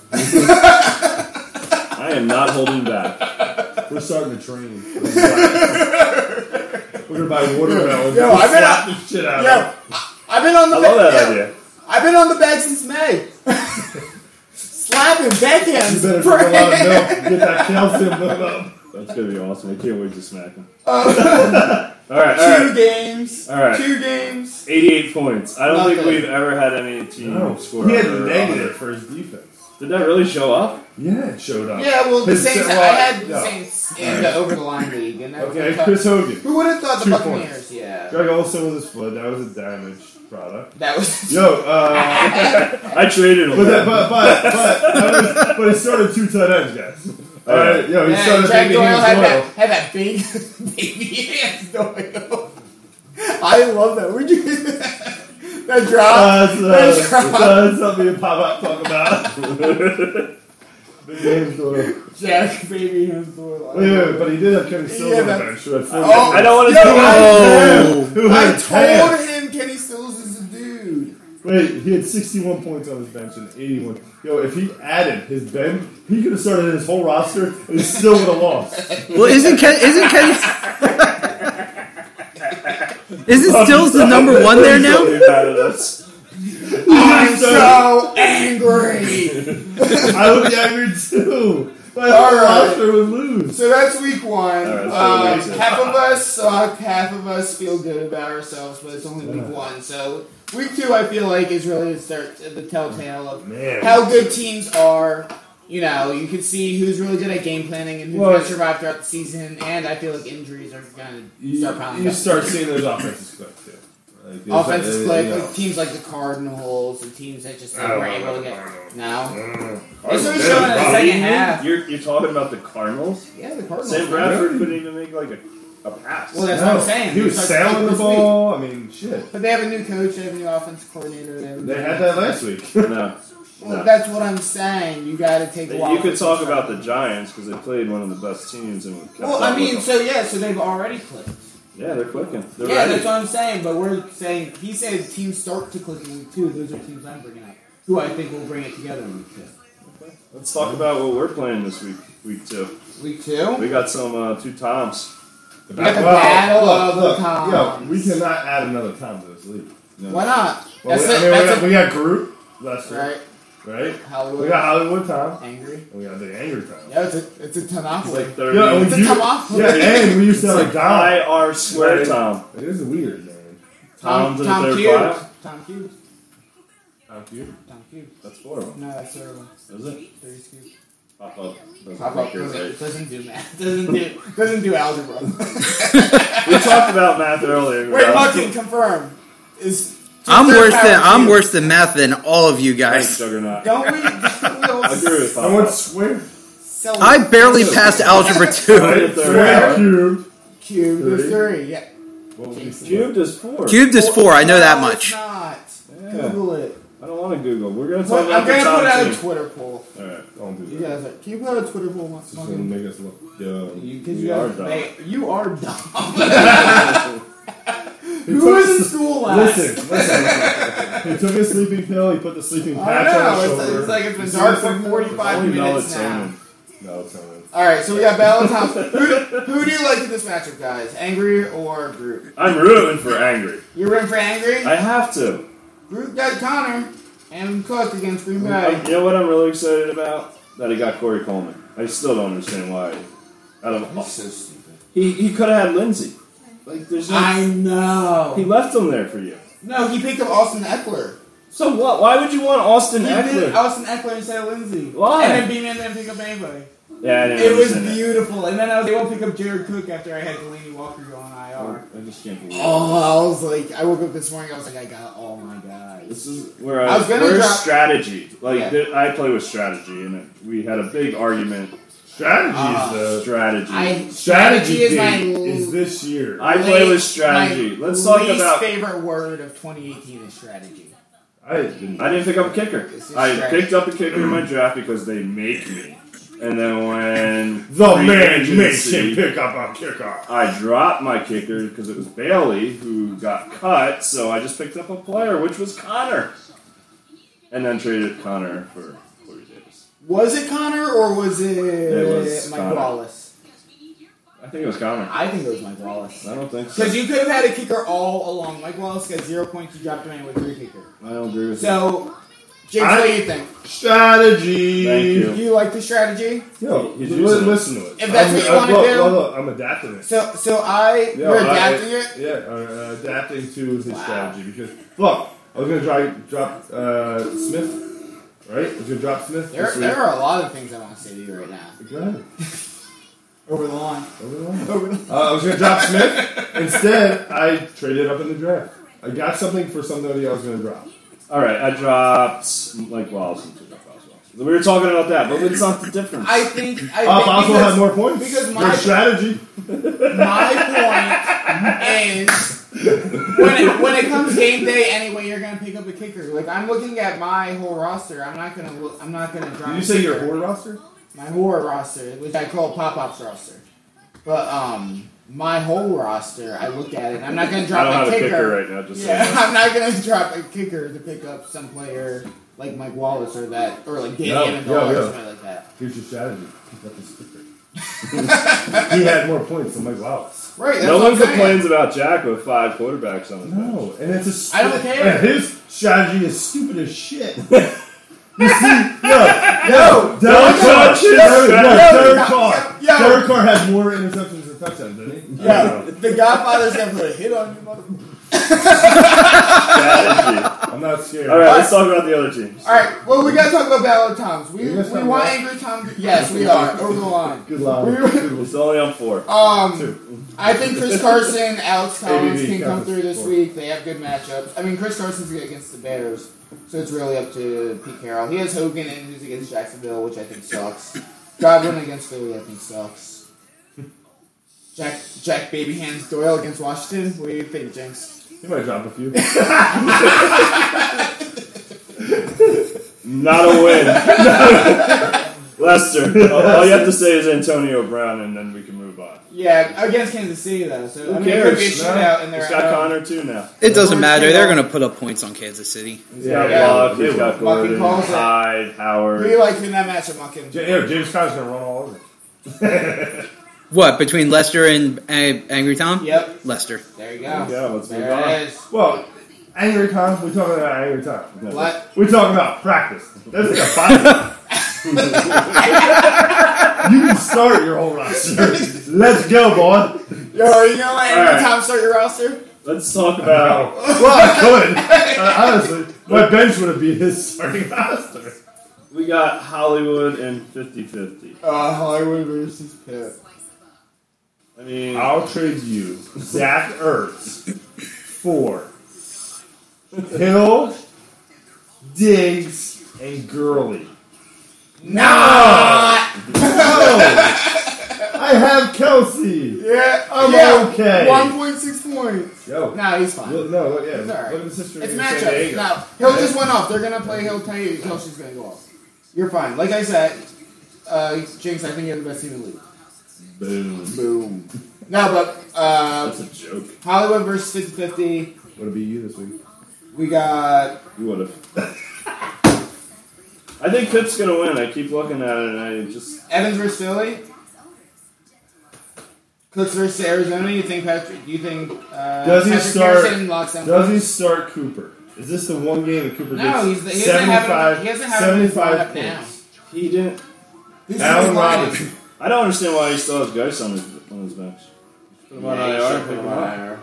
[SPEAKER 5] I am not holding back.
[SPEAKER 6] We're starting the train. We're gonna buy watermelons.
[SPEAKER 4] Yo, I've been
[SPEAKER 6] slap the shit out of
[SPEAKER 4] Yo, I've been on the
[SPEAKER 5] I love
[SPEAKER 4] yeah,
[SPEAKER 5] that idea.
[SPEAKER 4] I've been on the bag since May. Slapping
[SPEAKER 6] it. You
[SPEAKER 4] backhands.
[SPEAKER 6] better drink a lot of milk. Get that calcium built up.
[SPEAKER 5] That's going to be awesome. I can't wait to smack him. all right, all
[SPEAKER 4] Two
[SPEAKER 5] right.
[SPEAKER 4] games.
[SPEAKER 5] All right.
[SPEAKER 4] Two games.
[SPEAKER 5] 88 points. I don't think
[SPEAKER 4] Nothing.
[SPEAKER 5] we've ever had any team score.
[SPEAKER 6] he had
[SPEAKER 5] over
[SPEAKER 6] a
[SPEAKER 5] 100.
[SPEAKER 6] negative for his defense.
[SPEAKER 5] Did that really show up?
[SPEAKER 6] Yeah, it showed up.
[SPEAKER 4] Yeah, well, the
[SPEAKER 6] His-
[SPEAKER 4] Saints. I
[SPEAKER 6] well,
[SPEAKER 4] had the
[SPEAKER 6] yeah.
[SPEAKER 4] Saints in the over the line league, and that was
[SPEAKER 6] Okay,
[SPEAKER 4] tough.
[SPEAKER 6] Chris Hogan.
[SPEAKER 4] Who would have thought the
[SPEAKER 6] Two
[SPEAKER 4] Buccaneers?
[SPEAKER 6] points.
[SPEAKER 4] Yeah,
[SPEAKER 6] Greg Olson with his foot. That was a damaged product.
[SPEAKER 4] that was.
[SPEAKER 6] Yo, uh,
[SPEAKER 5] I traded him.
[SPEAKER 6] but that, but but but that was, but he started two tight ends, guys. All right, yo, he
[SPEAKER 4] Man,
[SPEAKER 6] started
[SPEAKER 4] Jack
[SPEAKER 6] thinking
[SPEAKER 4] Doyle
[SPEAKER 6] he was
[SPEAKER 4] had
[SPEAKER 6] loyal.
[SPEAKER 4] that, had that big baby ass Doyle. I love that. Where'd you get that? That drop.
[SPEAKER 6] Uh, it's, uh,
[SPEAKER 4] That's
[SPEAKER 6] it's, uh, it's something you pop up talk about. the game's Doyle.
[SPEAKER 4] Jack baby ass Doyle.
[SPEAKER 6] Uh, Wait, wait, wait, but he did have Kenny Silver on the
[SPEAKER 4] that-
[SPEAKER 6] bench who had four
[SPEAKER 4] Oh,
[SPEAKER 5] I don't want to
[SPEAKER 4] yo,
[SPEAKER 7] Oh.
[SPEAKER 6] who
[SPEAKER 4] I
[SPEAKER 6] had half-
[SPEAKER 4] told him Kenny Stills is a dude.
[SPEAKER 6] Wait, he had 61 points on his bench and 81. Yo, if he added his bench, he could have started his whole roster and still would have lost.
[SPEAKER 7] Well, isn't Ken, isn't Ken, isn't Stills the number one there now?
[SPEAKER 4] I'm so angry.
[SPEAKER 6] I would be angry too. My
[SPEAKER 4] All
[SPEAKER 6] whole
[SPEAKER 4] right.
[SPEAKER 6] roster would lose.
[SPEAKER 4] So that's week one.
[SPEAKER 5] All right, so
[SPEAKER 4] Um,
[SPEAKER 5] week six.
[SPEAKER 4] half of us suck, half of us feel good about ourselves, but it's only week one. So week two, I feel like is really the start, the telltale of
[SPEAKER 6] Man.
[SPEAKER 4] how good teams are. You know, you can see who's really good at game planning and who's
[SPEAKER 6] Well-
[SPEAKER 4] going to survive throughout the season. And I feel like injuries are going to start piling up.
[SPEAKER 6] seeing those offenses click too. Like, there's
[SPEAKER 4] Offenses
[SPEAKER 6] that-
[SPEAKER 4] play
[SPEAKER 6] yeah.
[SPEAKER 4] like teams like the Cardinals and teams that just like,
[SPEAKER 6] I don't
[SPEAKER 4] were
[SPEAKER 6] know
[SPEAKER 4] able to
[SPEAKER 6] about the
[SPEAKER 4] get
[SPEAKER 6] Cardinals. Mm.
[SPEAKER 4] no.
[SPEAKER 6] I
[SPEAKER 4] It's
[SPEAKER 6] don't
[SPEAKER 4] really
[SPEAKER 6] know.
[SPEAKER 4] showing in the second half.
[SPEAKER 5] Oh, You're, you're talking about the Cardinals?
[SPEAKER 4] Yeah, the Cardinals.
[SPEAKER 5] Sam Bradford couldn't even make like a, a pass.
[SPEAKER 4] Well, that's
[SPEAKER 6] No,
[SPEAKER 4] what I'm saying.
[SPEAKER 6] He was
[SPEAKER 4] It's like
[SPEAKER 6] sailing the
[SPEAKER 4] this
[SPEAKER 6] ball. I mean, shit.
[SPEAKER 4] But they have a new coach, they have a new offense coordinator. They, have a
[SPEAKER 6] They
[SPEAKER 4] new-
[SPEAKER 6] had that last week.
[SPEAKER 5] no.
[SPEAKER 4] Well,
[SPEAKER 5] No.
[SPEAKER 4] That's what I'm saying. You got to take a while.
[SPEAKER 5] You could talk about the Giants because they played one of the best teams and kept
[SPEAKER 4] Well,
[SPEAKER 5] up
[SPEAKER 4] I
[SPEAKER 5] with
[SPEAKER 4] mean,
[SPEAKER 5] them.
[SPEAKER 4] so yeah, so they've already clicked.
[SPEAKER 5] yeah, they're clicking. They're
[SPEAKER 4] yeah,
[SPEAKER 5] ready.
[SPEAKER 4] that's what I'm saying. But we're saying he said teams start to click in week two. Those are teams I'm bringing up, who I think will bring it together in week two.
[SPEAKER 5] Let's talk about what we're playing this week, week two.
[SPEAKER 4] Week two.
[SPEAKER 5] We got some uh, two toms.
[SPEAKER 6] The
[SPEAKER 4] got the battle of the
[SPEAKER 6] Yo, we
[SPEAKER 4] Toms.
[SPEAKER 6] cannot add another Tom to this league.
[SPEAKER 4] Why not?
[SPEAKER 6] Well,
[SPEAKER 4] that's
[SPEAKER 6] we, I
[SPEAKER 4] it.
[SPEAKER 6] mean, we,
[SPEAKER 4] that's
[SPEAKER 6] got, we got Groot
[SPEAKER 4] it.
[SPEAKER 6] last week,
[SPEAKER 4] Right.
[SPEAKER 6] right? We
[SPEAKER 4] Hollywood.
[SPEAKER 6] got Hollywood Tom.
[SPEAKER 4] Angry.
[SPEAKER 6] And we got the Angry Tom.
[SPEAKER 4] Yeah, it's a it's a
[SPEAKER 5] It's
[SPEAKER 4] tonopoly.
[SPEAKER 5] like thirty.
[SPEAKER 6] Yeah, and
[SPEAKER 4] It's
[SPEAKER 6] we
[SPEAKER 4] a
[SPEAKER 6] used-
[SPEAKER 4] Tomopoly.
[SPEAKER 6] yeah, and we used to
[SPEAKER 5] it's
[SPEAKER 6] have
[SPEAKER 5] like
[SPEAKER 6] a Dom.
[SPEAKER 5] I R square Tom.
[SPEAKER 6] It is weird, man.
[SPEAKER 5] Tom to the
[SPEAKER 4] Tom
[SPEAKER 5] third
[SPEAKER 4] Cube.
[SPEAKER 5] pile.
[SPEAKER 4] Tom Cube.
[SPEAKER 6] Tom Cube.
[SPEAKER 4] Tom Cube.
[SPEAKER 5] That's four of them.
[SPEAKER 4] No, that's the other one.
[SPEAKER 5] Is it?
[SPEAKER 4] Three's cube.
[SPEAKER 5] Pop up. Doesn't
[SPEAKER 4] Pop
[SPEAKER 5] think
[SPEAKER 4] up
[SPEAKER 5] you're
[SPEAKER 4] doesn't,
[SPEAKER 5] right.
[SPEAKER 4] doesn't do math. Doesn't do doesn't do algebra.
[SPEAKER 5] We talked about math earlier.
[SPEAKER 4] Wait,
[SPEAKER 5] guys.
[SPEAKER 4] Martin, confirm. Is
[SPEAKER 7] I'm
[SPEAKER 4] two-thirds
[SPEAKER 7] worse than
[SPEAKER 4] power
[SPEAKER 7] I'm
[SPEAKER 4] cube.
[SPEAKER 7] worse than math than all of you
[SPEAKER 5] Thanks,
[SPEAKER 7] guys.
[SPEAKER 5] Juggernaut.
[SPEAKER 4] Don't we? don't we all
[SPEAKER 5] I agree with
[SPEAKER 6] I
[SPEAKER 5] Pop
[SPEAKER 6] want
[SPEAKER 5] up.
[SPEAKER 6] square.
[SPEAKER 4] sell
[SPEAKER 7] I barely passed algebra two.
[SPEAKER 6] Right?
[SPEAKER 5] Third
[SPEAKER 6] Square
[SPEAKER 5] hour.
[SPEAKER 6] cube.
[SPEAKER 4] cube is three? Yeah.
[SPEAKER 6] What would we say?
[SPEAKER 5] Cube does four.
[SPEAKER 7] Cubed is four. I know that
[SPEAKER 4] No, it's
[SPEAKER 7] much.
[SPEAKER 4] Not.
[SPEAKER 5] Yeah.
[SPEAKER 4] Google it.
[SPEAKER 5] I don't want to Google. We're gonna talk
[SPEAKER 4] Well,
[SPEAKER 5] about
[SPEAKER 4] I'm
[SPEAKER 5] the
[SPEAKER 4] gonna put out a
[SPEAKER 5] top
[SPEAKER 4] Twitter poll.
[SPEAKER 5] two. All right.
[SPEAKER 6] Don't do
[SPEAKER 4] You
[SPEAKER 6] that.
[SPEAKER 4] guys, are, can you put out a Twitter poll? Once
[SPEAKER 6] It's just gonna
[SPEAKER 4] fucking-
[SPEAKER 6] make us look dumb.
[SPEAKER 4] you, 'cause
[SPEAKER 5] We
[SPEAKER 4] you guys,
[SPEAKER 5] are dumb.
[SPEAKER 4] Hey, you are dumb. Who was in school last?
[SPEAKER 6] Listen, listen. He took his sleeping pill. He put the sleeping
[SPEAKER 4] I
[SPEAKER 6] patch
[SPEAKER 4] know.
[SPEAKER 6] on
[SPEAKER 4] It's,
[SPEAKER 6] his shoulder.
[SPEAKER 4] it's like it's been
[SPEAKER 6] You see
[SPEAKER 4] dark
[SPEAKER 6] this
[SPEAKER 4] for
[SPEAKER 6] thing?
[SPEAKER 4] 45
[SPEAKER 5] Only
[SPEAKER 4] minutes now.
[SPEAKER 5] melatonin.
[SPEAKER 6] Melatonin.
[SPEAKER 4] All right, so we got Bell and Thompson. Who do, who do you like in this matchup, guys? Angry or Groot?
[SPEAKER 5] I'm rooting for angry.
[SPEAKER 4] You're rooting for Angry.
[SPEAKER 5] I have to.
[SPEAKER 4] Groot got Connor and Cook against Green
[SPEAKER 5] I-
[SPEAKER 4] Bay.
[SPEAKER 5] you know what I'm really excited about? That he got Corey Coleman. I still don't understand why. Out of all-
[SPEAKER 4] stupid.
[SPEAKER 5] he, he could have had Lindsay. Like there's no.
[SPEAKER 4] I
[SPEAKER 5] he
[SPEAKER 4] know.
[SPEAKER 5] left him there for you.
[SPEAKER 4] No, he picked up Austin Eckler.
[SPEAKER 5] So what? Why would you want Austin
[SPEAKER 4] He did
[SPEAKER 5] Eckler?
[SPEAKER 4] Austin Eckler instead of Lindsay.
[SPEAKER 5] Why?
[SPEAKER 4] And then B-Man didn't pick up anybody.
[SPEAKER 5] Yeah, I didn't
[SPEAKER 4] It was
[SPEAKER 5] understand that.
[SPEAKER 4] beautiful. And then I was able to pick up Jared Cook after I had Delaney Walker go on IR.
[SPEAKER 5] I just can't believe. it.
[SPEAKER 4] Oh, I was like, I woke up this morning, I was like, I got, oh my god.
[SPEAKER 5] This is where
[SPEAKER 4] I
[SPEAKER 5] I,
[SPEAKER 4] was gonna
[SPEAKER 5] where's
[SPEAKER 4] drop-
[SPEAKER 5] strategy. Like
[SPEAKER 4] Yeah.
[SPEAKER 5] th- I play with strategy, and it- we had a big argument.
[SPEAKER 6] Strategy
[SPEAKER 4] Ah.
[SPEAKER 6] is the
[SPEAKER 5] Strategy.
[SPEAKER 4] I,
[SPEAKER 6] strategy
[SPEAKER 4] strategy is my
[SPEAKER 6] date is this year.
[SPEAKER 5] I
[SPEAKER 4] Late-
[SPEAKER 5] play with strategy.
[SPEAKER 4] my
[SPEAKER 5] Let's talk
[SPEAKER 4] least
[SPEAKER 5] about.
[SPEAKER 4] favorite word of 2018 is strategy.
[SPEAKER 6] I didn't.
[SPEAKER 5] I didn't pick up a kicker.
[SPEAKER 4] This is
[SPEAKER 5] I
[SPEAKER 4] strategy.
[SPEAKER 5] picked up a kicker in my draft because they make me. And then when
[SPEAKER 6] the
[SPEAKER 5] free
[SPEAKER 6] man makes
[SPEAKER 5] agency,
[SPEAKER 6] him pick up a kickoff.
[SPEAKER 5] I dropped my kicker because it was Bailey who got cut, so I just picked up a player, which was Connor, and then traded Connor for Corey Davis.
[SPEAKER 4] Was it Connor or was it,
[SPEAKER 5] was
[SPEAKER 4] Mike
[SPEAKER 5] Connor.
[SPEAKER 4] Wallace?
[SPEAKER 5] I think it was Connor.
[SPEAKER 4] I think it was Mike Wallace.
[SPEAKER 5] I don't think so.
[SPEAKER 4] Because you could have had a kicker all along. Mike Wallace got zero points. You dropped him in with three kicker.
[SPEAKER 5] I don't agree with that.
[SPEAKER 4] So, James, what do you think?
[SPEAKER 6] Strategy.
[SPEAKER 5] Thank you.
[SPEAKER 4] Do you like the strategy?
[SPEAKER 6] Yo,
[SPEAKER 5] He's
[SPEAKER 6] li-
[SPEAKER 5] using it.
[SPEAKER 6] listen to it.
[SPEAKER 4] If that's what you
[SPEAKER 6] I-
[SPEAKER 4] wanna
[SPEAKER 6] look,
[SPEAKER 4] do.
[SPEAKER 6] look, look, I'm adapting it.
[SPEAKER 4] So, so I
[SPEAKER 6] Yeah,
[SPEAKER 4] we're
[SPEAKER 6] I-
[SPEAKER 4] adapting it.
[SPEAKER 6] Yeah, uh, adapting to his strategy because look, I was gonna try drop uh, Smith, right? I was gonna drop Smith.
[SPEAKER 4] There,
[SPEAKER 6] this week.
[SPEAKER 4] there are a lot of things I want to say to you right now.
[SPEAKER 6] Go ahead.
[SPEAKER 4] Over the line.
[SPEAKER 6] Over the line. Uh, I was gonna drop Smith. Instead, I traded up in the draft. I got something for somebody I was gonna drop.
[SPEAKER 5] All right, I dropped Mike Wallace and took up Boswell. We were talking about that, but it's not the difference.
[SPEAKER 4] I think. I
[SPEAKER 6] Uh,
[SPEAKER 4] think
[SPEAKER 6] Boswell
[SPEAKER 4] because
[SPEAKER 6] had more points.
[SPEAKER 4] because
[SPEAKER 6] Your
[SPEAKER 4] my-
[SPEAKER 6] strategy.
[SPEAKER 4] My point is when it, when it comes game day, anyway, you're gonna pick up a kicker. Like I'm looking at my whole roster. I'm not gonna. look- I'm not gonna drop.
[SPEAKER 6] Did
[SPEAKER 4] a
[SPEAKER 6] you say your
[SPEAKER 4] kicker.
[SPEAKER 6] whore roster?
[SPEAKER 4] my horror roster, which I call Pop Pop's roster. But um, my whole roster, I look at it. and I'm not gonna
[SPEAKER 5] I
[SPEAKER 4] drop
[SPEAKER 5] don't have
[SPEAKER 4] a
[SPEAKER 5] a
[SPEAKER 4] kicker.
[SPEAKER 5] kicker right now. Just
[SPEAKER 4] yeah,
[SPEAKER 5] saying.
[SPEAKER 4] I'm not gonna drop a kicker to pick up some player like Mike Wallace or that, or like Danny
[SPEAKER 6] No,
[SPEAKER 4] Amendola
[SPEAKER 6] yeah,
[SPEAKER 4] or
[SPEAKER 6] yeah.
[SPEAKER 4] something like that.
[SPEAKER 6] Here's your strategy. Pick up the sticker. he had more points than Mike Wallace.
[SPEAKER 4] Right. That's
[SPEAKER 5] No
[SPEAKER 4] what
[SPEAKER 5] one
[SPEAKER 4] I'm saying.
[SPEAKER 5] complains about Jack with five quarterbacks on his bench.
[SPEAKER 6] No, and it's a. stu-
[SPEAKER 4] I don't care.
[SPEAKER 6] And his strategy is stupid as shit. you see, no, no, Derek Carr,
[SPEAKER 5] touch his
[SPEAKER 6] Derek-
[SPEAKER 5] strategy.
[SPEAKER 6] no, Derek Carr,
[SPEAKER 4] Yo.
[SPEAKER 6] Derek Carr had more interceptions than touchdowns, didn't he? I
[SPEAKER 4] Yeah,
[SPEAKER 6] don't know.
[SPEAKER 4] the Godfather's gonna put a hit on you, motherfucker.
[SPEAKER 5] Strategy.
[SPEAKER 6] I'm not scared.
[SPEAKER 5] All right, let's talk about the other teams.
[SPEAKER 4] All right, well, we gotta talk about Ballad Toms. We,
[SPEAKER 6] You guys
[SPEAKER 4] we
[SPEAKER 6] talk
[SPEAKER 4] want
[SPEAKER 6] about-
[SPEAKER 4] angry Tom. Yes, we are over the line.
[SPEAKER 6] Good luck.
[SPEAKER 5] It's only on four.
[SPEAKER 4] Um, I think Chris Carson, Alex Collins
[SPEAKER 6] ABV
[SPEAKER 4] can come
[SPEAKER 6] counts
[SPEAKER 4] through this
[SPEAKER 6] for-
[SPEAKER 4] week. They have good matchups. I mean, Chris Carson's against the Bears, so it's really up to Pete Carroll. He has Hogan in who's against Jacksonville, which I think sucks. Godwin against Philly, I think sucks. Jack Jack Baby Hands Doyle against Washington. What do you think, Jinx?
[SPEAKER 6] He might drop a few.
[SPEAKER 5] Not a win. Lester. All, all you have to say is Antonio Brown, and then we can move on.
[SPEAKER 4] Yeah, against Kansas City though. So I
[SPEAKER 5] Who
[SPEAKER 4] mean, it could be a
[SPEAKER 5] cares?
[SPEAKER 4] shootout, and they're
[SPEAKER 5] He's got
[SPEAKER 4] out.
[SPEAKER 5] Connor too now.
[SPEAKER 7] It doesn't matter. They're going to put up points on Kansas City.
[SPEAKER 5] He's got
[SPEAKER 4] Yeah.
[SPEAKER 5] Locke, he's got
[SPEAKER 4] Fucking
[SPEAKER 5] Gordon,
[SPEAKER 4] calls it.
[SPEAKER 5] Hyde,
[SPEAKER 4] Who do you
[SPEAKER 5] Howard.
[SPEAKER 4] like in that matchup, Malkin?
[SPEAKER 6] J- yo, James Conner's gonna run all over. him.
[SPEAKER 7] What between Lester and Ang- Angry Tom?
[SPEAKER 4] Yep.
[SPEAKER 7] Lester.
[SPEAKER 4] There you
[SPEAKER 5] There
[SPEAKER 4] go.
[SPEAKER 5] you go, let's move
[SPEAKER 4] there
[SPEAKER 5] on.
[SPEAKER 4] it is.
[SPEAKER 6] Well, angry time. We're talking about angry time.
[SPEAKER 4] What?
[SPEAKER 6] We're talking about practice. That's like a five. you can start your whole roster. Let's go, boy.
[SPEAKER 4] Yo, are you gonna let
[SPEAKER 5] All
[SPEAKER 4] Andrew
[SPEAKER 5] right.
[SPEAKER 4] Tom start your roster?
[SPEAKER 5] Let's talk about.
[SPEAKER 6] Well, I could. Uh, honestly, my bench would have been his starting roster.
[SPEAKER 5] We got Hollywood and 50 50.
[SPEAKER 4] Uh, Hollywood versus Pitt.
[SPEAKER 5] I mean,
[SPEAKER 6] I'll trade you Zach Ertz for Hill, Diggs, and Gurley.
[SPEAKER 4] Nah.
[SPEAKER 6] No! I have Kelsey.
[SPEAKER 4] Yeah,
[SPEAKER 6] I'm okay.
[SPEAKER 4] One point six points.
[SPEAKER 6] Yo,
[SPEAKER 4] No, he's fine.
[SPEAKER 6] look- no, look, yeah.
[SPEAKER 4] It's all right.
[SPEAKER 6] Look at the sister
[SPEAKER 4] It's
[SPEAKER 6] in San
[SPEAKER 4] matchup.
[SPEAKER 6] Diego.
[SPEAKER 4] No, Hill just went off. They're gonna play Hill tell you Kelsey's gonna go off. You're fine. Like I said, uh, Jinx, I think you're the best team in the league.
[SPEAKER 5] boom.
[SPEAKER 4] Boom. No, but uh,
[SPEAKER 5] That's a joke.
[SPEAKER 4] Hollywood versus 50-50.
[SPEAKER 6] Would it be you this week?
[SPEAKER 4] We got
[SPEAKER 5] You would have. I think Pip's gonna win. I keep looking at it, and I just
[SPEAKER 4] Evans versus Philly. Cooks versus Arizona. You think Patrick? Do you think uh,
[SPEAKER 6] Does he
[SPEAKER 4] Patrick
[SPEAKER 6] start?
[SPEAKER 4] Pearson locks down?
[SPEAKER 6] Does he start Cooper? Is this the one game that Cooper
[SPEAKER 4] No,
[SPEAKER 6] gets
[SPEAKER 4] he's the- he doesn't have it-
[SPEAKER 6] 75,
[SPEAKER 4] he doesn't have it in his
[SPEAKER 6] 75
[SPEAKER 4] lineup now.
[SPEAKER 6] points?
[SPEAKER 5] he didn't.
[SPEAKER 4] This is
[SPEAKER 6] Allen
[SPEAKER 4] his lineup.
[SPEAKER 6] Robinson.
[SPEAKER 5] I don't understand why he still has Geist on his on his bench. Put him on
[SPEAKER 4] Yeah,
[SPEAKER 5] IR.
[SPEAKER 4] he should
[SPEAKER 5] pick
[SPEAKER 4] put him
[SPEAKER 5] him
[SPEAKER 4] on
[SPEAKER 5] up.
[SPEAKER 4] IR.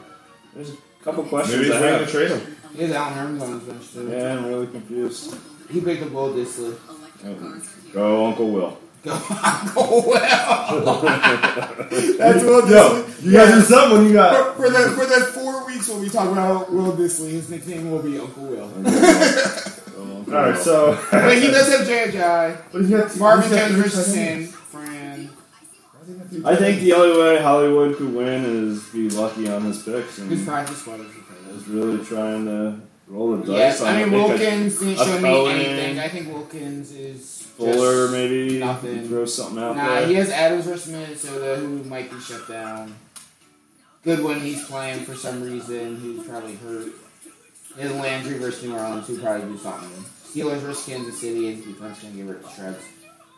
[SPEAKER 5] There's a couple
[SPEAKER 6] Maybe
[SPEAKER 5] questions
[SPEAKER 6] he's
[SPEAKER 5] I
[SPEAKER 6] waiting to
[SPEAKER 5] have.
[SPEAKER 6] trade him.
[SPEAKER 4] He has Allen Herms on his bench too.
[SPEAKER 5] Yeah, I'm really confused.
[SPEAKER 4] He picked up Will Disley.
[SPEAKER 5] Go, Uncle Will.
[SPEAKER 4] oh well. That's Will
[SPEAKER 6] Yo, you guys do something when you got.
[SPEAKER 4] For, for the for the four weeks when we talk about Will Disley, his nickname will be Uncle Will.
[SPEAKER 5] Go, Uncle
[SPEAKER 6] All right,
[SPEAKER 5] Will.
[SPEAKER 6] so
[SPEAKER 4] but he does have JJ.
[SPEAKER 6] But he's got-
[SPEAKER 4] Marvin
[SPEAKER 6] he's got
[SPEAKER 4] Jones
[SPEAKER 6] three
[SPEAKER 4] versus San
[SPEAKER 6] seconds.
[SPEAKER 4] Fran.
[SPEAKER 5] I think the only way Hollywood could win is be lucky on his picks and
[SPEAKER 4] Who's
[SPEAKER 5] is
[SPEAKER 4] practice squad is he playing?
[SPEAKER 5] really trying to roll the dice.
[SPEAKER 4] Yes,
[SPEAKER 5] on
[SPEAKER 4] I mean
[SPEAKER 5] it. Pick a
[SPEAKER 4] Wilkins didn't
[SPEAKER 5] a
[SPEAKER 4] show me
[SPEAKER 5] Cohen,
[SPEAKER 4] anything. I think Wilkins is
[SPEAKER 5] Fuller,
[SPEAKER 4] just-
[SPEAKER 5] maybe
[SPEAKER 4] nothing.
[SPEAKER 5] throw something out
[SPEAKER 4] Nah,
[SPEAKER 5] there.
[SPEAKER 4] he has Adams versus Minnesota, who might be shut down. Goodwin, he's playing for some reason. He's probably hurt. He has Landry versus New Orleans, who probably do something. Steelers versus Kansas City, and defense gonna get rid of Travis.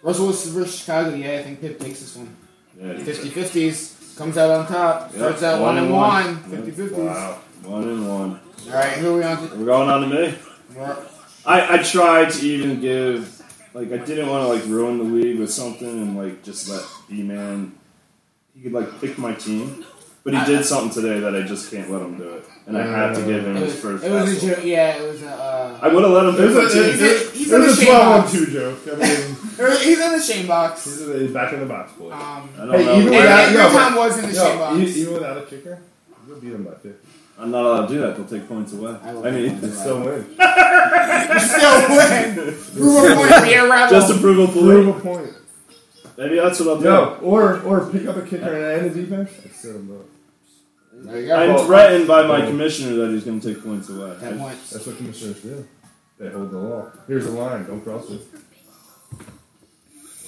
[SPEAKER 4] Russell Wilson versus Chicago. Yeah, I think Pitt takes this one.
[SPEAKER 5] Yeah, he-
[SPEAKER 4] 50-50s. Comes out on top.
[SPEAKER 5] Yep,
[SPEAKER 4] Starts out one, and one.
[SPEAKER 5] Yeah,
[SPEAKER 4] 50-50s.
[SPEAKER 5] Wow, one and one.
[SPEAKER 4] All right, who are we on to?
[SPEAKER 5] We're going on to me.
[SPEAKER 4] We're-
[SPEAKER 5] I, I tried to even give like I didn't want to like ruin the league with something and like just let B man he could like pick my team. But he did something today that I just can't let him do it. And I have to give him
[SPEAKER 4] It
[SPEAKER 5] his
[SPEAKER 4] was,
[SPEAKER 5] first
[SPEAKER 4] it was a
[SPEAKER 5] vassal.
[SPEAKER 4] joke. Yeah, it was a. Uh,
[SPEAKER 5] I would have let him
[SPEAKER 6] It was
[SPEAKER 5] pick my
[SPEAKER 6] a,
[SPEAKER 5] team.
[SPEAKER 6] it, it,
[SPEAKER 4] He's
[SPEAKER 6] he's
[SPEAKER 4] in
[SPEAKER 6] it
[SPEAKER 4] the
[SPEAKER 6] was a
[SPEAKER 4] shame
[SPEAKER 6] 12 on
[SPEAKER 4] box.
[SPEAKER 6] 2 joke. I mean,
[SPEAKER 4] er, he's in the shame box.
[SPEAKER 6] he's in the- he's back in the box, boy.
[SPEAKER 4] Um,
[SPEAKER 5] I don't
[SPEAKER 6] Hey,
[SPEAKER 5] know.
[SPEAKER 6] even
[SPEAKER 5] why-
[SPEAKER 4] And
[SPEAKER 6] without-
[SPEAKER 4] Edgar
[SPEAKER 6] yo,
[SPEAKER 4] Tom was in the
[SPEAKER 6] yo,
[SPEAKER 4] shame box.
[SPEAKER 6] e- Even without a kicker, you'll beat him by 50.
[SPEAKER 5] I'm not allowed to do that. They'll take points away.
[SPEAKER 4] I will
[SPEAKER 5] I mean,
[SPEAKER 4] take
[SPEAKER 6] It's still win.
[SPEAKER 4] still win. Rumor point, beer rival.
[SPEAKER 5] just to prove a
[SPEAKER 6] Prove
[SPEAKER 5] point.
[SPEAKER 6] a point.
[SPEAKER 5] Maybe that's what I'll do.
[SPEAKER 6] Yo, or, or pick up a kicker and end the defense. I set him up.
[SPEAKER 4] There you
[SPEAKER 5] I'm
[SPEAKER 4] go.
[SPEAKER 5] threatened by my commissioner that he's going to take points away.
[SPEAKER 4] That
[SPEAKER 5] I-
[SPEAKER 4] point.
[SPEAKER 6] That's what commissioners do. They hold the law. Here's the line. Don't cross it.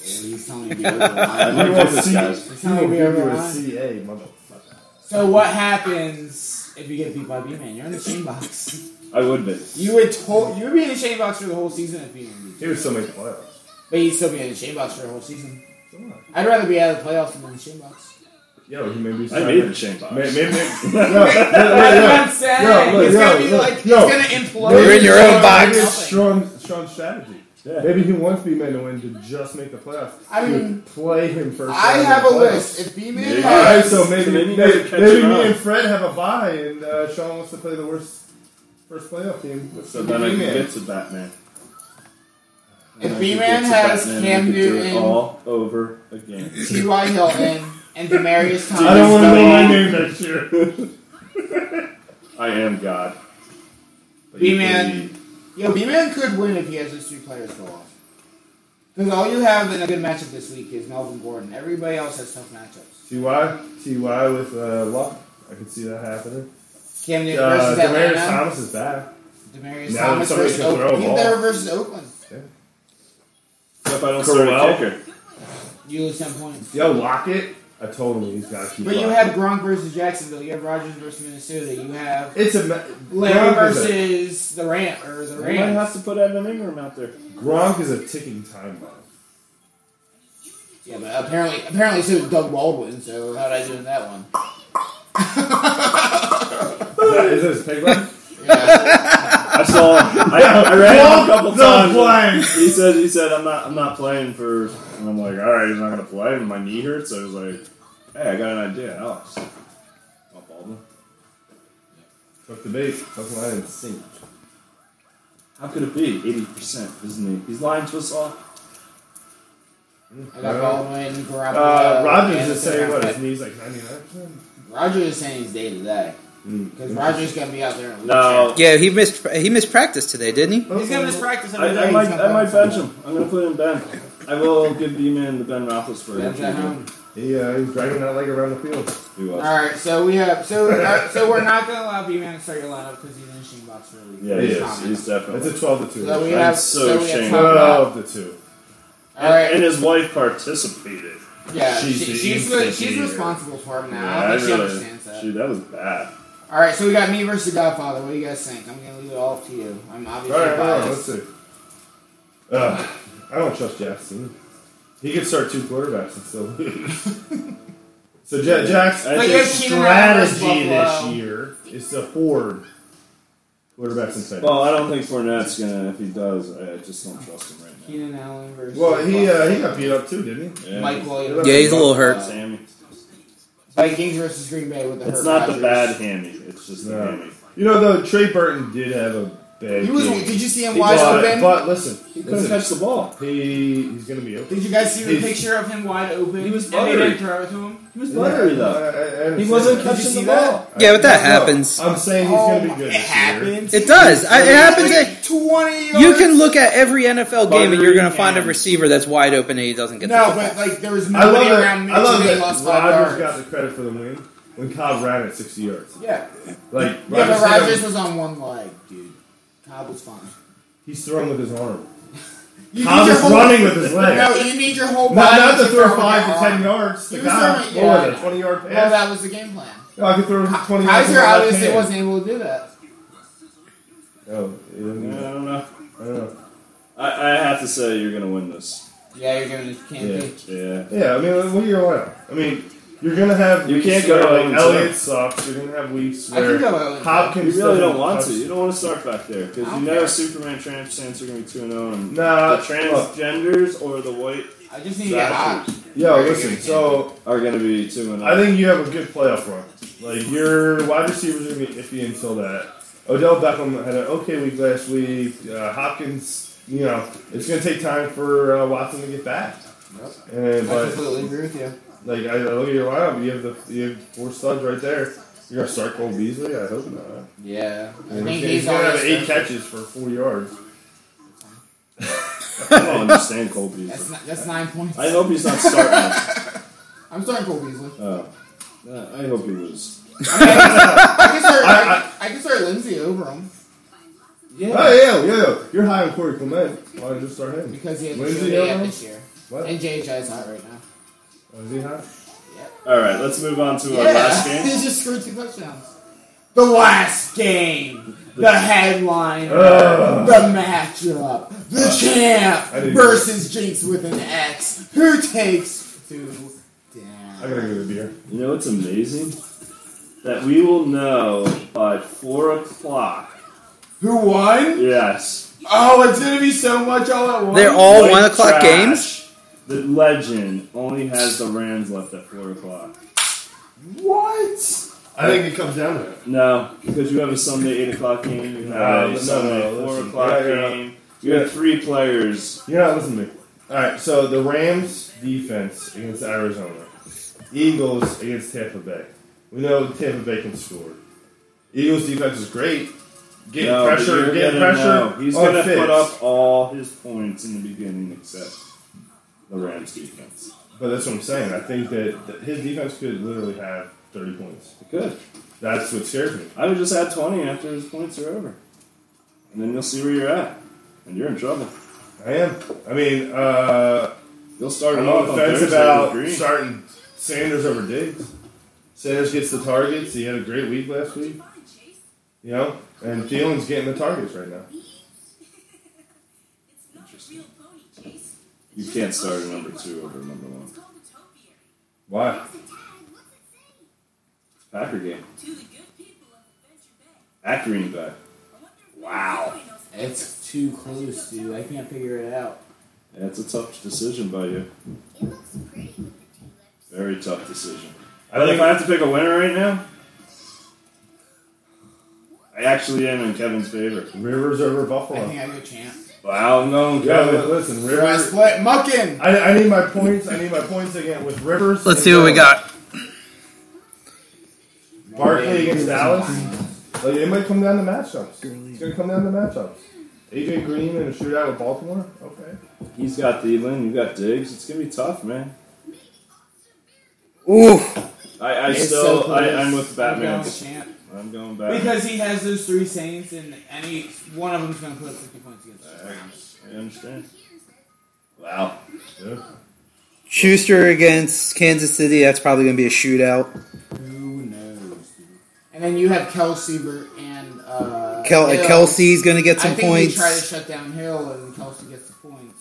[SPEAKER 4] He's telling me to be over the
[SPEAKER 5] I
[SPEAKER 4] line.
[SPEAKER 5] might
[SPEAKER 6] won't
[SPEAKER 5] do this,
[SPEAKER 6] see
[SPEAKER 5] guys.
[SPEAKER 6] He
[SPEAKER 4] not
[SPEAKER 6] will
[SPEAKER 4] gonna
[SPEAKER 6] give
[SPEAKER 4] be
[SPEAKER 6] you a
[SPEAKER 4] around.
[SPEAKER 6] CA, motherfucker.
[SPEAKER 4] So what happens if you get beat by B man? You're in the shame box.
[SPEAKER 5] I would be.
[SPEAKER 4] You would to- you would be in the shame box for the whole season if you didn't beat.
[SPEAKER 6] He was so many playoffs.
[SPEAKER 4] But you'd still be in the shame box for the whole season.
[SPEAKER 6] Come on.
[SPEAKER 4] I'd rather be out of the playoffs than in the shame box.
[SPEAKER 6] Yo, he may be.
[SPEAKER 5] I made the shame box.
[SPEAKER 6] May- Maybe. Yo, yo,
[SPEAKER 4] That's what
[SPEAKER 6] yo,
[SPEAKER 4] I'm saying.
[SPEAKER 6] yo,
[SPEAKER 4] it's
[SPEAKER 6] yo,
[SPEAKER 4] gonna be
[SPEAKER 6] yo,
[SPEAKER 4] like
[SPEAKER 6] yo.
[SPEAKER 4] it's gonna implode.
[SPEAKER 7] You're in your own box.
[SPEAKER 6] Maybe it's Sean, Sean's strategy.
[SPEAKER 5] Yeah.
[SPEAKER 6] Maybe he wants B-Man to win to just make the playoffs.
[SPEAKER 4] I
[SPEAKER 6] He would
[SPEAKER 4] mean,
[SPEAKER 6] play him first.
[SPEAKER 4] I
[SPEAKER 6] round
[SPEAKER 4] have a
[SPEAKER 6] of the playoffs.
[SPEAKER 4] list. If B man,
[SPEAKER 5] Maybe.
[SPEAKER 6] All right,
[SPEAKER 4] has,
[SPEAKER 6] so
[SPEAKER 5] So
[SPEAKER 6] maybe
[SPEAKER 5] maybe
[SPEAKER 6] maybe,
[SPEAKER 5] you could catch
[SPEAKER 6] maybe
[SPEAKER 5] him
[SPEAKER 6] me
[SPEAKER 5] up.
[SPEAKER 6] and Fred have a bye, and uh, Sean wants to play the worst first playoff team.
[SPEAKER 5] So then I can
[SPEAKER 6] B-Man.
[SPEAKER 5] get to Batman.
[SPEAKER 4] if
[SPEAKER 5] I
[SPEAKER 4] B
[SPEAKER 5] can
[SPEAKER 4] man
[SPEAKER 5] get to
[SPEAKER 4] has
[SPEAKER 5] Batman,
[SPEAKER 4] Cam
[SPEAKER 5] we could do it
[SPEAKER 4] Newton,
[SPEAKER 5] all over again.
[SPEAKER 4] T.Y. Hilton, and Demarius Thomas,
[SPEAKER 6] I don't want to
[SPEAKER 5] He's
[SPEAKER 6] know
[SPEAKER 5] done.
[SPEAKER 6] my name next year.
[SPEAKER 5] I am God. But
[SPEAKER 4] B
[SPEAKER 5] you
[SPEAKER 4] man,
[SPEAKER 5] believe-
[SPEAKER 4] yo, B man could win if he has those three players go off. Because all you have in a good matchup this week is Melvin Gordon. Everybody else has tough matchups.
[SPEAKER 6] Ty Ty with uh, luck. I could see that happening.
[SPEAKER 4] Cam Newton
[SPEAKER 6] Uh,
[SPEAKER 4] versus
[SPEAKER 6] Demarius
[SPEAKER 4] Atlanta.
[SPEAKER 6] Thomas is back.
[SPEAKER 4] Demarius
[SPEAKER 6] Now
[SPEAKER 4] Thomas
[SPEAKER 6] somebody
[SPEAKER 4] versus
[SPEAKER 6] can throw a
[SPEAKER 4] Oakland. He's
[SPEAKER 6] ball.
[SPEAKER 4] there versus Oakland.
[SPEAKER 5] Except I don't start
[SPEAKER 6] Corral?
[SPEAKER 5] a kicker.
[SPEAKER 4] You lose ten points.
[SPEAKER 6] Yo, Lockett. I told him he's got to keep.
[SPEAKER 4] But you
[SPEAKER 6] Lockett.
[SPEAKER 4] have Gronk versus Jacksonville. You have Rogers versus Minnesota. You have
[SPEAKER 6] it's a ma-
[SPEAKER 4] Larry
[SPEAKER 6] Gronk is a-
[SPEAKER 4] versus the Rams or the
[SPEAKER 5] We might have
[SPEAKER 4] Rams.
[SPEAKER 5] to put Evan Ingram out there.
[SPEAKER 6] Gronk is a ticking time bomb.
[SPEAKER 4] Yeah, but apparently, apparently, so did Doug Baldwin. So how'd I do in that one?
[SPEAKER 6] Is that his peg leg?
[SPEAKER 5] I saw. I, I ran him a couple
[SPEAKER 6] No
[SPEAKER 5] times.
[SPEAKER 6] flying.
[SPEAKER 5] He said. He said I'm not. I'm not playing for. And I'm like, all right, he's not gonna play. And my knee hurts. I was like, hey, I got an idea, Alex. Want Baldwin?
[SPEAKER 6] Took the bait. Took the line and sink.
[SPEAKER 5] How could it be? 80%, isn't he? He's lying to us all.
[SPEAKER 4] I got Baldwin, Garoppolo.
[SPEAKER 6] Uh, Rodgers
[SPEAKER 4] Anderson,
[SPEAKER 6] is saying what
[SPEAKER 4] Rapp-
[SPEAKER 6] his knee's like ninety nine percent.
[SPEAKER 4] Rogers is saying he's day to day. Because Rogers gonna be out there. And
[SPEAKER 5] Mm. No.
[SPEAKER 7] Yeah, he missed he missed practice today, didn't he?
[SPEAKER 4] he's gonna miss practice.
[SPEAKER 5] I,
[SPEAKER 4] every day.
[SPEAKER 5] I
[SPEAKER 4] He's
[SPEAKER 5] might,
[SPEAKER 4] not
[SPEAKER 5] I might
[SPEAKER 4] playing.
[SPEAKER 5] bench him. I'm going to put in Ben. I will give B-Man the Ben Roethlisberger.
[SPEAKER 4] Bench at home.
[SPEAKER 6] He uh, he's dragging that leg around the field.
[SPEAKER 5] He was.
[SPEAKER 4] All right, so we have so uh, so we're not gonna allow B man to start your lineup because he's in the shame box really.
[SPEAKER 5] Yeah, he is. He's
[SPEAKER 6] It's
[SPEAKER 5] definitely.
[SPEAKER 6] a twelve to two.
[SPEAKER 4] So we
[SPEAKER 5] I'm
[SPEAKER 4] have
[SPEAKER 5] so
[SPEAKER 4] so, we have
[SPEAKER 5] ashamed.
[SPEAKER 4] top five.
[SPEAKER 6] Twelve to two.
[SPEAKER 4] All right,
[SPEAKER 5] And his wife participated.
[SPEAKER 4] yeah,
[SPEAKER 5] she's
[SPEAKER 4] she,
[SPEAKER 5] the
[SPEAKER 4] she's re-
[SPEAKER 5] instigator.
[SPEAKER 4] she's responsible for him now.
[SPEAKER 5] Yeah,
[SPEAKER 4] I
[SPEAKER 5] I
[SPEAKER 4] think she
[SPEAKER 5] really,
[SPEAKER 4] understands that.
[SPEAKER 5] she, that was bad.
[SPEAKER 4] All All right, so we got me versus Godfather. What do you guys think? I'm gonna leave it all to you. I'm
[SPEAKER 6] All
[SPEAKER 4] obviously
[SPEAKER 6] right, all right, let's
[SPEAKER 4] biased.
[SPEAKER 6] see. Uh, I don't trust Jackson. He could start two quarterbacks and still lose. so Ja Jack's
[SPEAKER 5] I
[SPEAKER 4] But
[SPEAKER 5] think
[SPEAKER 4] you're Keenan Allen versus
[SPEAKER 6] strategy this
[SPEAKER 4] Buffalo.
[SPEAKER 6] year is to hoard quarterbacks and tight ends.
[SPEAKER 5] Well, I don't think Fournette's gonna. If he does, I just don't trust him right now.
[SPEAKER 4] Keenan Allen versus
[SPEAKER 6] Well, he uh, he got beat up too, didn't he?
[SPEAKER 5] Yeah.
[SPEAKER 4] Mike Williams.
[SPEAKER 7] Yeah, he's a little hurt.
[SPEAKER 5] Sammy.
[SPEAKER 4] Vikings versus Green Bay with the
[SPEAKER 5] It's not
[SPEAKER 4] hurt
[SPEAKER 5] the
[SPEAKER 4] Rodgers.
[SPEAKER 5] bad hammy. It's just the
[SPEAKER 6] No.
[SPEAKER 5] hammy.
[SPEAKER 6] Uh, You know, though, Trey Burton did have a bad.
[SPEAKER 4] He was.
[SPEAKER 6] game.
[SPEAKER 4] Did you see him
[SPEAKER 6] He
[SPEAKER 4] wide
[SPEAKER 6] but,
[SPEAKER 4] open?
[SPEAKER 6] But listen,
[SPEAKER 5] He couldn't
[SPEAKER 6] listen.
[SPEAKER 5] catch the ball.
[SPEAKER 6] He he's gonna be okay.
[SPEAKER 4] Did you guys see the
[SPEAKER 6] He's-
[SPEAKER 4] picture of him wide open?
[SPEAKER 5] He was
[SPEAKER 4] and they didn't
[SPEAKER 5] buttery.
[SPEAKER 4] throw it to him.
[SPEAKER 5] He was buttery though. He wasn't catching
[SPEAKER 4] see
[SPEAKER 5] the
[SPEAKER 4] that?
[SPEAKER 5] ball.
[SPEAKER 7] Yeah, but that happens.
[SPEAKER 6] I'm saying he's
[SPEAKER 4] Oh,
[SPEAKER 6] gonna be
[SPEAKER 4] my-
[SPEAKER 6] good.
[SPEAKER 4] It
[SPEAKER 6] this year.
[SPEAKER 4] happens.
[SPEAKER 7] It does. I, it happens. at-
[SPEAKER 4] Twenty. Yards.
[SPEAKER 7] you can look at every NFL game and you're going to find a
[SPEAKER 4] Buttery
[SPEAKER 7] receiver that's wide open and he doesn't get the
[SPEAKER 4] No,
[SPEAKER 7] football.
[SPEAKER 4] but like there was
[SPEAKER 6] I love
[SPEAKER 4] nobody around
[SPEAKER 6] that.
[SPEAKER 4] me.
[SPEAKER 6] I love
[SPEAKER 4] so they
[SPEAKER 6] that.
[SPEAKER 4] lost five
[SPEAKER 6] Rodgers
[SPEAKER 4] yards.
[SPEAKER 6] got the credit for the win when Cobb ran at 60 yards.
[SPEAKER 4] Yeah,
[SPEAKER 6] Like
[SPEAKER 4] yeah, but
[SPEAKER 6] had him-
[SPEAKER 4] Rodgers was on one leg, dude. Cobb was fine.
[SPEAKER 6] he's throwing with his arm.
[SPEAKER 4] You
[SPEAKER 6] Cobb
[SPEAKER 4] need your
[SPEAKER 6] is
[SPEAKER 4] whole-
[SPEAKER 6] running with his leg.
[SPEAKER 4] No, you need your whole
[SPEAKER 6] not,
[SPEAKER 4] body
[SPEAKER 6] not to throw
[SPEAKER 4] it
[SPEAKER 6] five to
[SPEAKER 4] out.
[SPEAKER 6] 10 yards
[SPEAKER 4] He
[SPEAKER 6] to
[SPEAKER 4] was
[SPEAKER 6] Cobb
[SPEAKER 4] throwing- yeah.
[SPEAKER 6] or the 20 yard
[SPEAKER 4] Well,
[SPEAKER 6] pass.
[SPEAKER 4] that was the game plan.
[SPEAKER 6] no, I could throw him 20 yards. with
[SPEAKER 4] Kaiser
[SPEAKER 6] my left
[SPEAKER 4] obviously
[SPEAKER 6] hand. Oh,
[SPEAKER 4] wasn't able to do that.
[SPEAKER 6] No, he didn't
[SPEAKER 5] Yeah,
[SPEAKER 6] do
[SPEAKER 5] I
[SPEAKER 6] that.
[SPEAKER 5] don't know.
[SPEAKER 6] I don't know.
[SPEAKER 5] I, I have to say you're gonna win this.
[SPEAKER 4] Yeah, you're giving it to
[SPEAKER 5] Yeah,
[SPEAKER 4] Canty.
[SPEAKER 5] yeah.
[SPEAKER 6] Yeah, I mean, what are your lineup? I mean, you're gonna have
[SPEAKER 5] You
[SPEAKER 6] weeks
[SPEAKER 5] can't go
[SPEAKER 6] where,
[SPEAKER 5] on
[SPEAKER 6] like
[SPEAKER 5] to-
[SPEAKER 6] Elliott sucks. You're gonna have weeks
[SPEAKER 4] I can
[SPEAKER 6] where
[SPEAKER 4] go on to-
[SPEAKER 5] You
[SPEAKER 6] Hopkins
[SPEAKER 5] really
[SPEAKER 6] doesn't
[SPEAKER 5] don't want
[SPEAKER 6] touch-
[SPEAKER 5] to. You don't want to start back there because
[SPEAKER 4] I
[SPEAKER 5] you
[SPEAKER 4] don't
[SPEAKER 5] know
[SPEAKER 4] care.
[SPEAKER 5] Superman transplants are gonna be two and zero. And
[SPEAKER 6] Nah,
[SPEAKER 5] the
[SPEAKER 6] look.
[SPEAKER 5] transgenders or the white
[SPEAKER 4] I just need to get hot.
[SPEAKER 6] Yo, listen. So
[SPEAKER 5] are gonna be two and
[SPEAKER 6] I
[SPEAKER 5] zero.
[SPEAKER 6] think you have a good playoff run. Like your wide receivers are gonna be iffy until that. Odell Beckham had an okay week last week. Uh, Hopkins, you know, it's gonna take time for uh, Watson to get back. And
[SPEAKER 4] I
[SPEAKER 6] but
[SPEAKER 4] completely agree with you.
[SPEAKER 6] like I, I look at your lineup, you have the you have four studs right there. You're gonna start Cole Beasley. I hope not.
[SPEAKER 4] Yeah, I think
[SPEAKER 6] He's, gonna-
[SPEAKER 4] he's
[SPEAKER 6] he's gonna
[SPEAKER 4] all
[SPEAKER 6] have
[SPEAKER 4] this
[SPEAKER 6] eight
[SPEAKER 4] stuff.
[SPEAKER 6] catches for four yards.
[SPEAKER 5] I don't understand Cole
[SPEAKER 4] That's,
[SPEAKER 5] Beasley.
[SPEAKER 4] not, that's nine points.
[SPEAKER 5] I hope he's not starting.
[SPEAKER 4] I'm starting Cole Beasley.
[SPEAKER 5] oh, Uh, I hope he was.
[SPEAKER 4] I can start. I, I can start Lindsay over him
[SPEAKER 5] Yeah.
[SPEAKER 6] Oh yeah, yeah, yeah. You're high on Corey Clement. Why don't you just start him?
[SPEAKER 4] because he had the
[SPEAKER 6] Lindsey
[SPEAKER 4] show day
[SPEAKER 6] Elliott?
[SPEAKER 4] this year,
[SPEAKER 6] What?
[SPEAKER 4] and JHI's hot right now.
[SPEAKER 6] Oh, is he high?
[SPEAKER 5] All right, let's move on to our last
[SPEAKER 4] Yeah, he
[SPEAKER 5] game.
[SPEAKER 4] just scored two touchdowns. The last game, the headline,
[SPEAKER 6] Ugh.
[SPEAKER 4] the matchup, the
[SPEAKER 6] Uh. I
[SPEAKER 4] champ
[SPEAKER 6] didn't-
[SPEAKER 4] versus Jinx with an X. Who takes two
[SPEAKER 6] I
[SPEAKER 4] down?
[SPEAKER 6] gotta go to beer.
[SPEAKER 5] You know what's amazing? That we will know by four o'clock.
[SPEAKER 4] Who won?
[SPEAKER 5] Yes.
[SPEAKER 4] Oh, it's gonna be so much all at once.
[SPEAKER 7] They're all
[SPEAKER 5] White
[SPEAKER 7] Oh, one o'clock
[SPEAKER 5] trash.
[SPEAKER 7] games.
[SPEAKER 5] The legend only has the Rams left at four o'clock.
[SPEAKER 4] what?
[SPEAKER 6] I think it comes down to it.
[SPEAKER 5] No, because you have a Sunday eight o'clock game. You
[SPEAKER 6] No,
[SPEAKER 5] have
[SPEAKER 6] no,
[SPEAKER 5] a Sunday
[SPEAKER 6] no,
[SPEAKER 5] four
[SPEAKER 6] listen.
[SPEAKER 5] o'clock
[SPEAKER 6] Yeah, yeah.
[SPEAKER 5] game. You have three players.
[SPEAKER 6] You're not listening to me. All right, so the Rams defense against Arizona, Eagles against Tampa Bay. We know Tampa Bay can score. Eagles defense is great. Getting
[SPEAKER 5] No, but
[SPEAKER 6] pressure,
[SPEAKER 5] you're
[SPEAKER 6] getting
[SPEAKER 5] gonna
[SPEAKER 6] pressure.
[SPEAKER 5] know. He's
[SPEAKER 6] on
[SPEAKER 5] going to
[SPEAKER 6] Fitz.
[SPEAKER 5] put up all his points in the beginning, except the Rams defense.
[SPEAKER 6] But that's what I'm saying. I think that, that his defense could literally have 30 points.
[SPEAKER 5] Good.
[SPEAKER 6] That's what scares me.
[SPEAKER 5] I would just add twenty after his points are over, and then you'll see where you're at, and you're in trouble.
[SPEAKER 6] I am. I mean, uh,
[SPEAKER 5] You'll start
[SPEAKER 6] I'm
[SPEAKER 5] off
[SPEAKER 6] on the fence
[SPEAKER 5] Thursday with
[SPEAKER 6] about
[SPEAKER 5] Green.
[SPEAKER 6] starting Sanders over Diggs. Sanders gets the targets. He had a great week last week. You know, and Thielen's getting the targets right now.
[SPEAKER 5] You can't start a number two over a number one.
[SPEAKER 6] Why?
[SPEAKER 5] Packer game at Green Bay.
[SPEAKER 8] Wow.
[SPEAKER 4] It's too close, dude. I can't figure it out.
[SPEAKER 5] That's a tough decision by you. Very tough decision. I
[SPEAKER 6] I
[SPEAKER 5] think
[SPEAKER 6] think-
[SPEAKER 5] if I have to pick a winner right now, I actually am in Kevin's favor.
[SPEAKER 6] Rivers over Buffalo.
[SPEAKER 4] I think I go champ.
[SPEAKER 5] Wow, I'm going
[SPEAKER 6] yeah, li-
[SPEAKER 5] Kevin.
[SPEAKER 6] listen,
[SPEAKER 4] I
[SPEAKER 6] Rivers.
[SPEAKER 4] split Muckin.
[SPEAKER 6] I, I need my points. I need my points again with Rivers.
[SPEAKER 7] Let's
[SPEAKER 6] and
[SPEAKER 7] see what we
[SPEAKER 6] Dallas.
[SPEAKER 7] got.
[SPEAKER 6] Barkley against Dallas. Like, it might come down to matchups. It's gonna come down to matchups. AJ Green in a shootout with Baltimore. Okay.
[SPEAKER 5] He's got Thielen, you got Diggs. It's gonna be tough, man.
[SPEAKER 7] Ooh.
[SPEAKER 5] I, I
[SPEAKER 4] It's
[SPEAKER 5] still,
[SPEAKER 4] so
[SPEAKER 5] I,
[SPEAKER 4] close.
[SPEAKER 5] I'm with
[SPEAKER 4] I'm
[SPEAKER 5] Batman.
[SPEAKER 4] going champ.
[SPEAKER 5] I'm going back.
[SPEAKER 4] Because he has those three Saints, and any one of them's going to put up 50 points against us.
[SPEAKER 5] I understand. Wow.
[SPEAKER 7] Schuster against Kansas City. That's probably going to be a shootout.
[SPEAKER 4] Who knows, dude? And then you have Kelsey ver- and uh,
[SPEAKER 7] Kel-
[SPEAKER 4] Hill.
[SPEAKER 7] Kelsey's going to get
[SPEAKER 4] I
[SPEAKER 7] some
[SPEAKER 4] think
[SPEAKER 7] points.
[SPEAKER 4] you try to shut down Hill and Kelsey gets the points.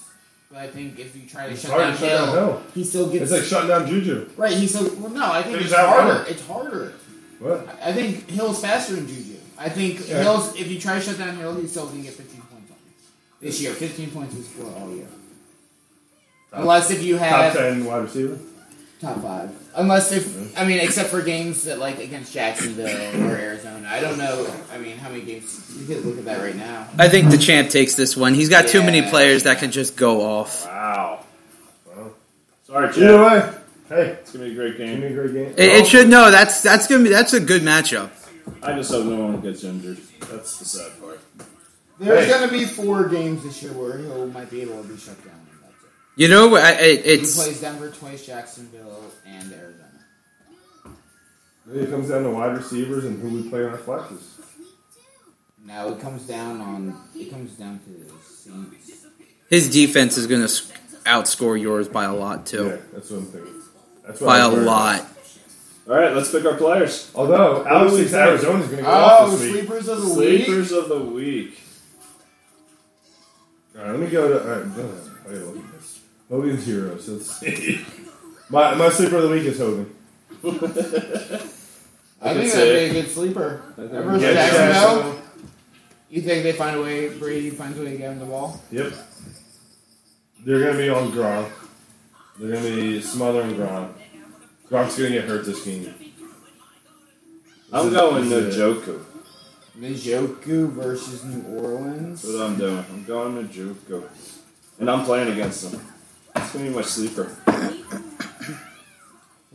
[SPEAKER 4] But I think if you try to,
[SPEAKER 6] It's
[SPEAKER 4] shut
[SPEAKER 6] hard
[SPEAKER 4] down,
[SPEAKER 6] to shut down
[SPEAKER 4] Hill,
[SPEAKER 6] Hill.
[SPEAKER 4] he still gets
[SPEAKER 6] It's like shutting down Juju.
[SPEAKER 4] right. He still well, no. I think
[SPEAKER 6] It's
[SPEAKER 4] it's
[SPEAKER 6] that
[SPEAKER 4] harder.
[SPEAKER 6] harder.
[SPEAKER 4] It's harder.
[SPEAKER 6] What?
[SPEAKER 4] I I think Hill's faster than Juju. I think
[SPEAKER 6] Yeah.
[SPEAKER 4] Hill's if you try to shut down Hill, he still can get 15 points on you. this year. 15 points is for all year. Unless if you
[SPEAKER 6] Top
[SPEAKER 4] have
[SPEAKER 6] ten wide receiver.
[SPEAKER 4] Top five. Unless if I mean, except for games that like against Jacksonville or Arizona. I don't know. I mean, how many games? You could look at that right now.
[SPEAKER 7] I think the champ takes this one. He's got too many
[SPEAKER 4] Yeah.
[SPEAKER 7] players that can just go off.
[SPEAKER 5] Wow.
[SPEAKER 6] Wow.
[SPEAKER 5] Sorry,
[SPEAKER 6] Either
[SPEAKER 5] Chad.
[SPEAKER 6] way, hey,
[SPEAKER 5] It's gonna be a great
[SPEAKER 6] give
[SPEAKER 5] game.
[SPEAKER 6] me a great game.
[SPEAKER 7] It, it should no. That's that's gonna be that's a good matchup.
[SPEAKER 5] I just hope no one gets injured. That's the sad part.
[SPEAKER 4] There's
[SPEAKER 6] Hey.
[SPEAKER 4] going to be four games this year where Hill might be able to be shut down. and That's it.
[SPEAKER 7] You know, what? I, I-
[SPEAKER 4] He
[SPEAKER 7] it's
[SPEAKER 4] plays Denver twice, Jacksonville, and Arizona.
[SPEAKER 6] It comes down to wide receivers and who we play on our flexes.
[SPEAKER 4] Now it comes down on. It comes down to the Saints.
[SPEAKER 7] his defense is gonna s- outscore yours by a lot too,
[SPEAKER 6] Yeah, that's what I'm thinking. That's what
[SPEAKER 7] by
[SPEAKER 6] I'm
[SPEAKER 7] a
[SPEAKER 6] worried about.
[SPEAKER 7] lot.
[SPEAKER 5] All right, let's pick our players.
[SPEAKER 6] Although Alex
[SPEAKER 5] do we
[SPEAKER 6] thinks
[SPEAKER 5] think?
[SPEAKER 6] Arizona's going to go off this week.
[SPEAKER 4] Oh, sleepers of
[SPEAKER 5] Sleepers of the week.
[SPEAKER 6] All right, let me go to. All right, go ahead. Oh, I gotta look at this. Hogan's heroes. Let's see. My my sleeper of the week is Hogan.
[SPEAKER 4] I
[SPEAKER 5] could
[SPEAKER 4] think
[SPEAKER 5] say
[SPEAKER 4] that'd be a good sleeper.
[SPEAKER 5] think
[SPEAKER 4] Ever
[SPEAKER 5] Yeah,
[SPEAKER 4] Jacksonville. You think they find a way? Brady finds a way to get him the ball.
[SPEAKER 6] Yep. They're going to be on Gronk. They're going to be smothering Gronk. Gronk's going to get hurt this game.
[SPEAKER 5] I'm
[SPEAKER 6] is-
[SPEAKER 5] going
[SPEAKER 6] this is it.
[SPEAKER 5] Njoku.
[SPEAKER 4] Mijoku versus New Orleans.
[SPEAKER 5] That's what I'm doing. I'm going Njoku. And I'm playing against them. It's going to be my sleeper.
[SPEAKER 4] Are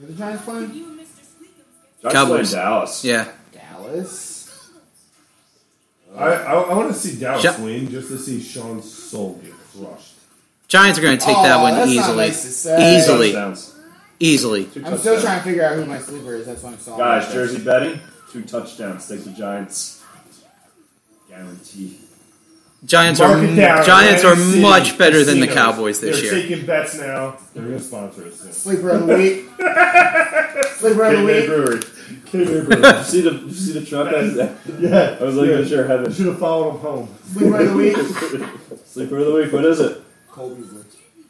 [SPEAKER 4] the Giants playing?
[SPEAKER 5] I'm playing
[SPEAKER 7] Cowboys.
[SPEAKER 5] Dallas.
[SPEAKER 7] Yeah,
[SPEAKER 4] Dallas.
[SPEAKER 6] I I, I want to see Dallas
[SPEAKER 7] Sha-
[SPEAKER 6] win just to see Sean Soul get crushed.
[SPEAKER 7] Giants are gonna take
[SPEAKER 4] Aw,
[SPEAKER 7] that one
[SPEAKER 4] Oh, that's not
[SPEAKER 7] easily,
[SPEAKER 4] nice to say.
[SPEAKER 7] Easily.
[SPEAKER 5] Touchdowns.
[SPEAKER 7] easily.
[SPEAKER 5] Two
[SPEAKER 4] I'm still
[SPEAKER 5] touchdowns.
[SPEAKER 4] trying to figure out who my sleeper is. That's what I'm solving.
[SPEAKER 5] Guys, jersey betting, two touchdowns. Take the Giants. Guarantee.
[SPEAKER 7] Giants
[SPEAKER 6] Mark
[SPEAKER 7] are
[SPEAKER 6] it down.
[SPEAKER 7] Giants are
[SPEAKER 6] Atlantic City
[SPEAKER 7] much better than the
[SPEAKER 6] casinos.
[SPEAKER 7] Cowboys this
[SPEAKER 6] They're
[SPEAKER 7] year.
[SPEAKER 6] taking bets now. They're going to sponsor us soon.
[SPEAKER 4] Sleeper of the week. sleeper of the
[SPEAKER 6] K-Bay
[SPEAKER 4] week.
[SPEAKER 6] Brewery. K-Bay Brewery.
[SPEAKER 5] see the you see the truck I was at?
[SPEAKER 6] yeah.
[SPEAKER 5] I was like,
[SPEAKER 6] yeah.
[SPEAKER 5] yeah. sure
[SPEAKER 6] I
[SPEAKER 5] heaven.
[SPEAKER 6] should have followed him home.
[SPEAKER 4] Sleeper of the week.
[SPEAKER 5] Sleeper of the week. What is it?
[SPEAKER 4] Cole Beasley.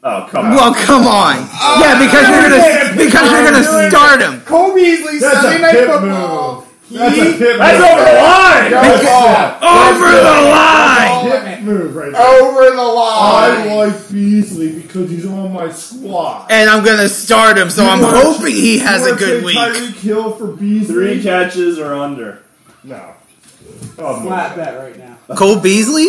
[SPEAKER 5] Oh come on.
[SPEAKER 7] Well, come on. yeah, because you're
[SPEAKER 6] yeah,
[SPEAKER 7] gonna because you're gonna
[SPEAKER 6] yeah.
[SPEAKER 7] start him.
[SPEAKER 4] Cole Beasley.
[SPEAKER 6] That's a
[SPEAKER 4] Sunday Night
[SPEAKER 6] pit
[SPEAKER 4] Football. He
[SPEAKER 6] That's a pit
[SPEAKER 5] That's
[SPEAKER 6] move.
[SPEAKER 5] over the line.
[SPEAKER 4] goes
[SPEAKER 6] That's
[SPEAKER 7] Over the line.
[SPEAKER 4] all
[SPEAKER 6] a pit move right there.
[SPEAKER 4] over the
[SPEAKER 6] I
[SPEAKER 4] line.
[SPEAKER 6] like Beasley because he's on my squad.
[SPEAKER 7] And I'm gonna start him, so I'm
[SPEAKER 6] You wanna-
[SPEAKER 7] hoping he has
[SPEAKER 6] You
[SPEAKER 7] a
[SPEAKER 6] wanna
[SPEAKER 7] good
[SPEAKER 6] take
[SPEAKER 7] week.
[SPEAKER 6] Tyreek Hill for Beasley.
[SPEAKER 5] Three catches or under.
[SPEAKER 6] no. Oh,
[SPEAKER 4] Flat bet right now.
[SPEAKER 7] Cole Beasley?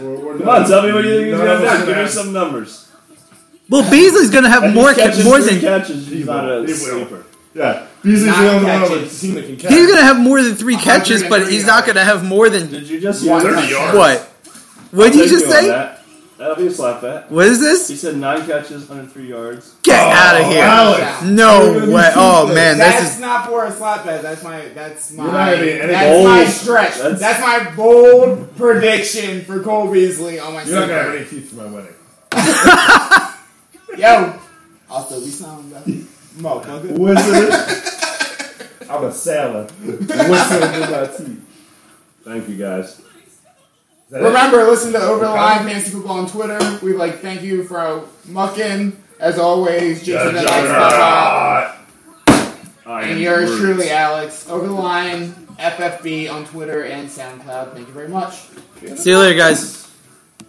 [SPEAKER 6] We're, we're
[SPEAKER 5] Come on, tell me what you think he's
[SPEAKER 6] None of
[SPEAKER 5] gonna
[SPEAKER 6] us
[SPEAKER 5] do. Give me
[SPEAKER 6] have-
[SPEAKER 5] some numbers.
[SPEAKER 7] Well, Beasley's gonna have
[SPEAKER 5] If he
[SPEAKER 7] more
[SPEAKER 5] catches
[SPEAKER 7] more
[SPEAKER 5] three
[SPEAKER 7] than
[SPEAKER 5] catches. He's
[SPEAKER 6] He
[SPEAKER 5] not
[SPEAKER 6] will.
[SPEAKER 5] a
[SPEAKER 6] He will.
[SPEAKER 5] sleeper.
[SPEAKER 6] Yeah, Beasley's
[SPEAKER 4] Nine
[SPEAKER 6] the only one on the
[SPEAKER 4] catches.
[SPEAKER 6] team that can catch.
[SPEAKER 7] he's gonna have more than three catches, but
[SPEAKER 4] 103
[SPEAKER 7] he's not gonna have more than
[SPEAKER 5] Did you just
[SPEAKER 4] One
[SPEAKER 5] use-
[SPEAKER 4] touchdown.
[SPEAKER 7] what? What did you
[SPEAKER 5] Thank
[SPEAKER 7] just
[SPEAKER 5] on
[SPEAKER 7] say?
[SPEAKER 5] That. That'll be a slap bet.
[SPEAKER 7] What is
[SPEAKER 5] He
[SPEAKER 7] this?
[SPEAKER 5] said nine catches, 103 yards.
[SPEAKER 7] Get out of here!
[SPEAKER 6] Alex,
[SPEAKER 7] No way! Oh man,
[SPEAKER 4] That's
[SPEAKER 7] this is
[SPEAKER 4] not for a slap bet. That's my. That's my.
[SPEAKER 6] not gonna be any
[SPEAKER 4] that's
[SPEAKER 5] bold.
[SPEAKER 4] my stretch. That's,
[SPEAKER 5] That's-
[SPEAKER 4] my bold prediction for Cole Beasley on my.
[SPEAKER 6] you're not gonna have
[SPEAKER 4] sleeper.
[SPEAKER 6] any teeth for my wedding.
[SPEAKER 4] Yo. Also, we sound like motherfucker.
[SPEAKER 6] Wizard, I'm a sailor. Wizard with my teeth. Is
[SPEAKER 5] Thank you guys.
[SPEAKER 6] that it?
[SPEAKER 4] Remember, listen to Over the Line Fantasy Football on Twitter. We like thank you for mucking as always, Jason. that likes stuff up.
[SPEAKER 5] I am
[SPEAKER 4] And yours
[SPEAKER 5] Groot.
[SPEAKER 4] truly, Alex. Over the Line FFB on Twitter and SoundCloud. Thank you very much.
[SPEAKER 7] see you later, guys.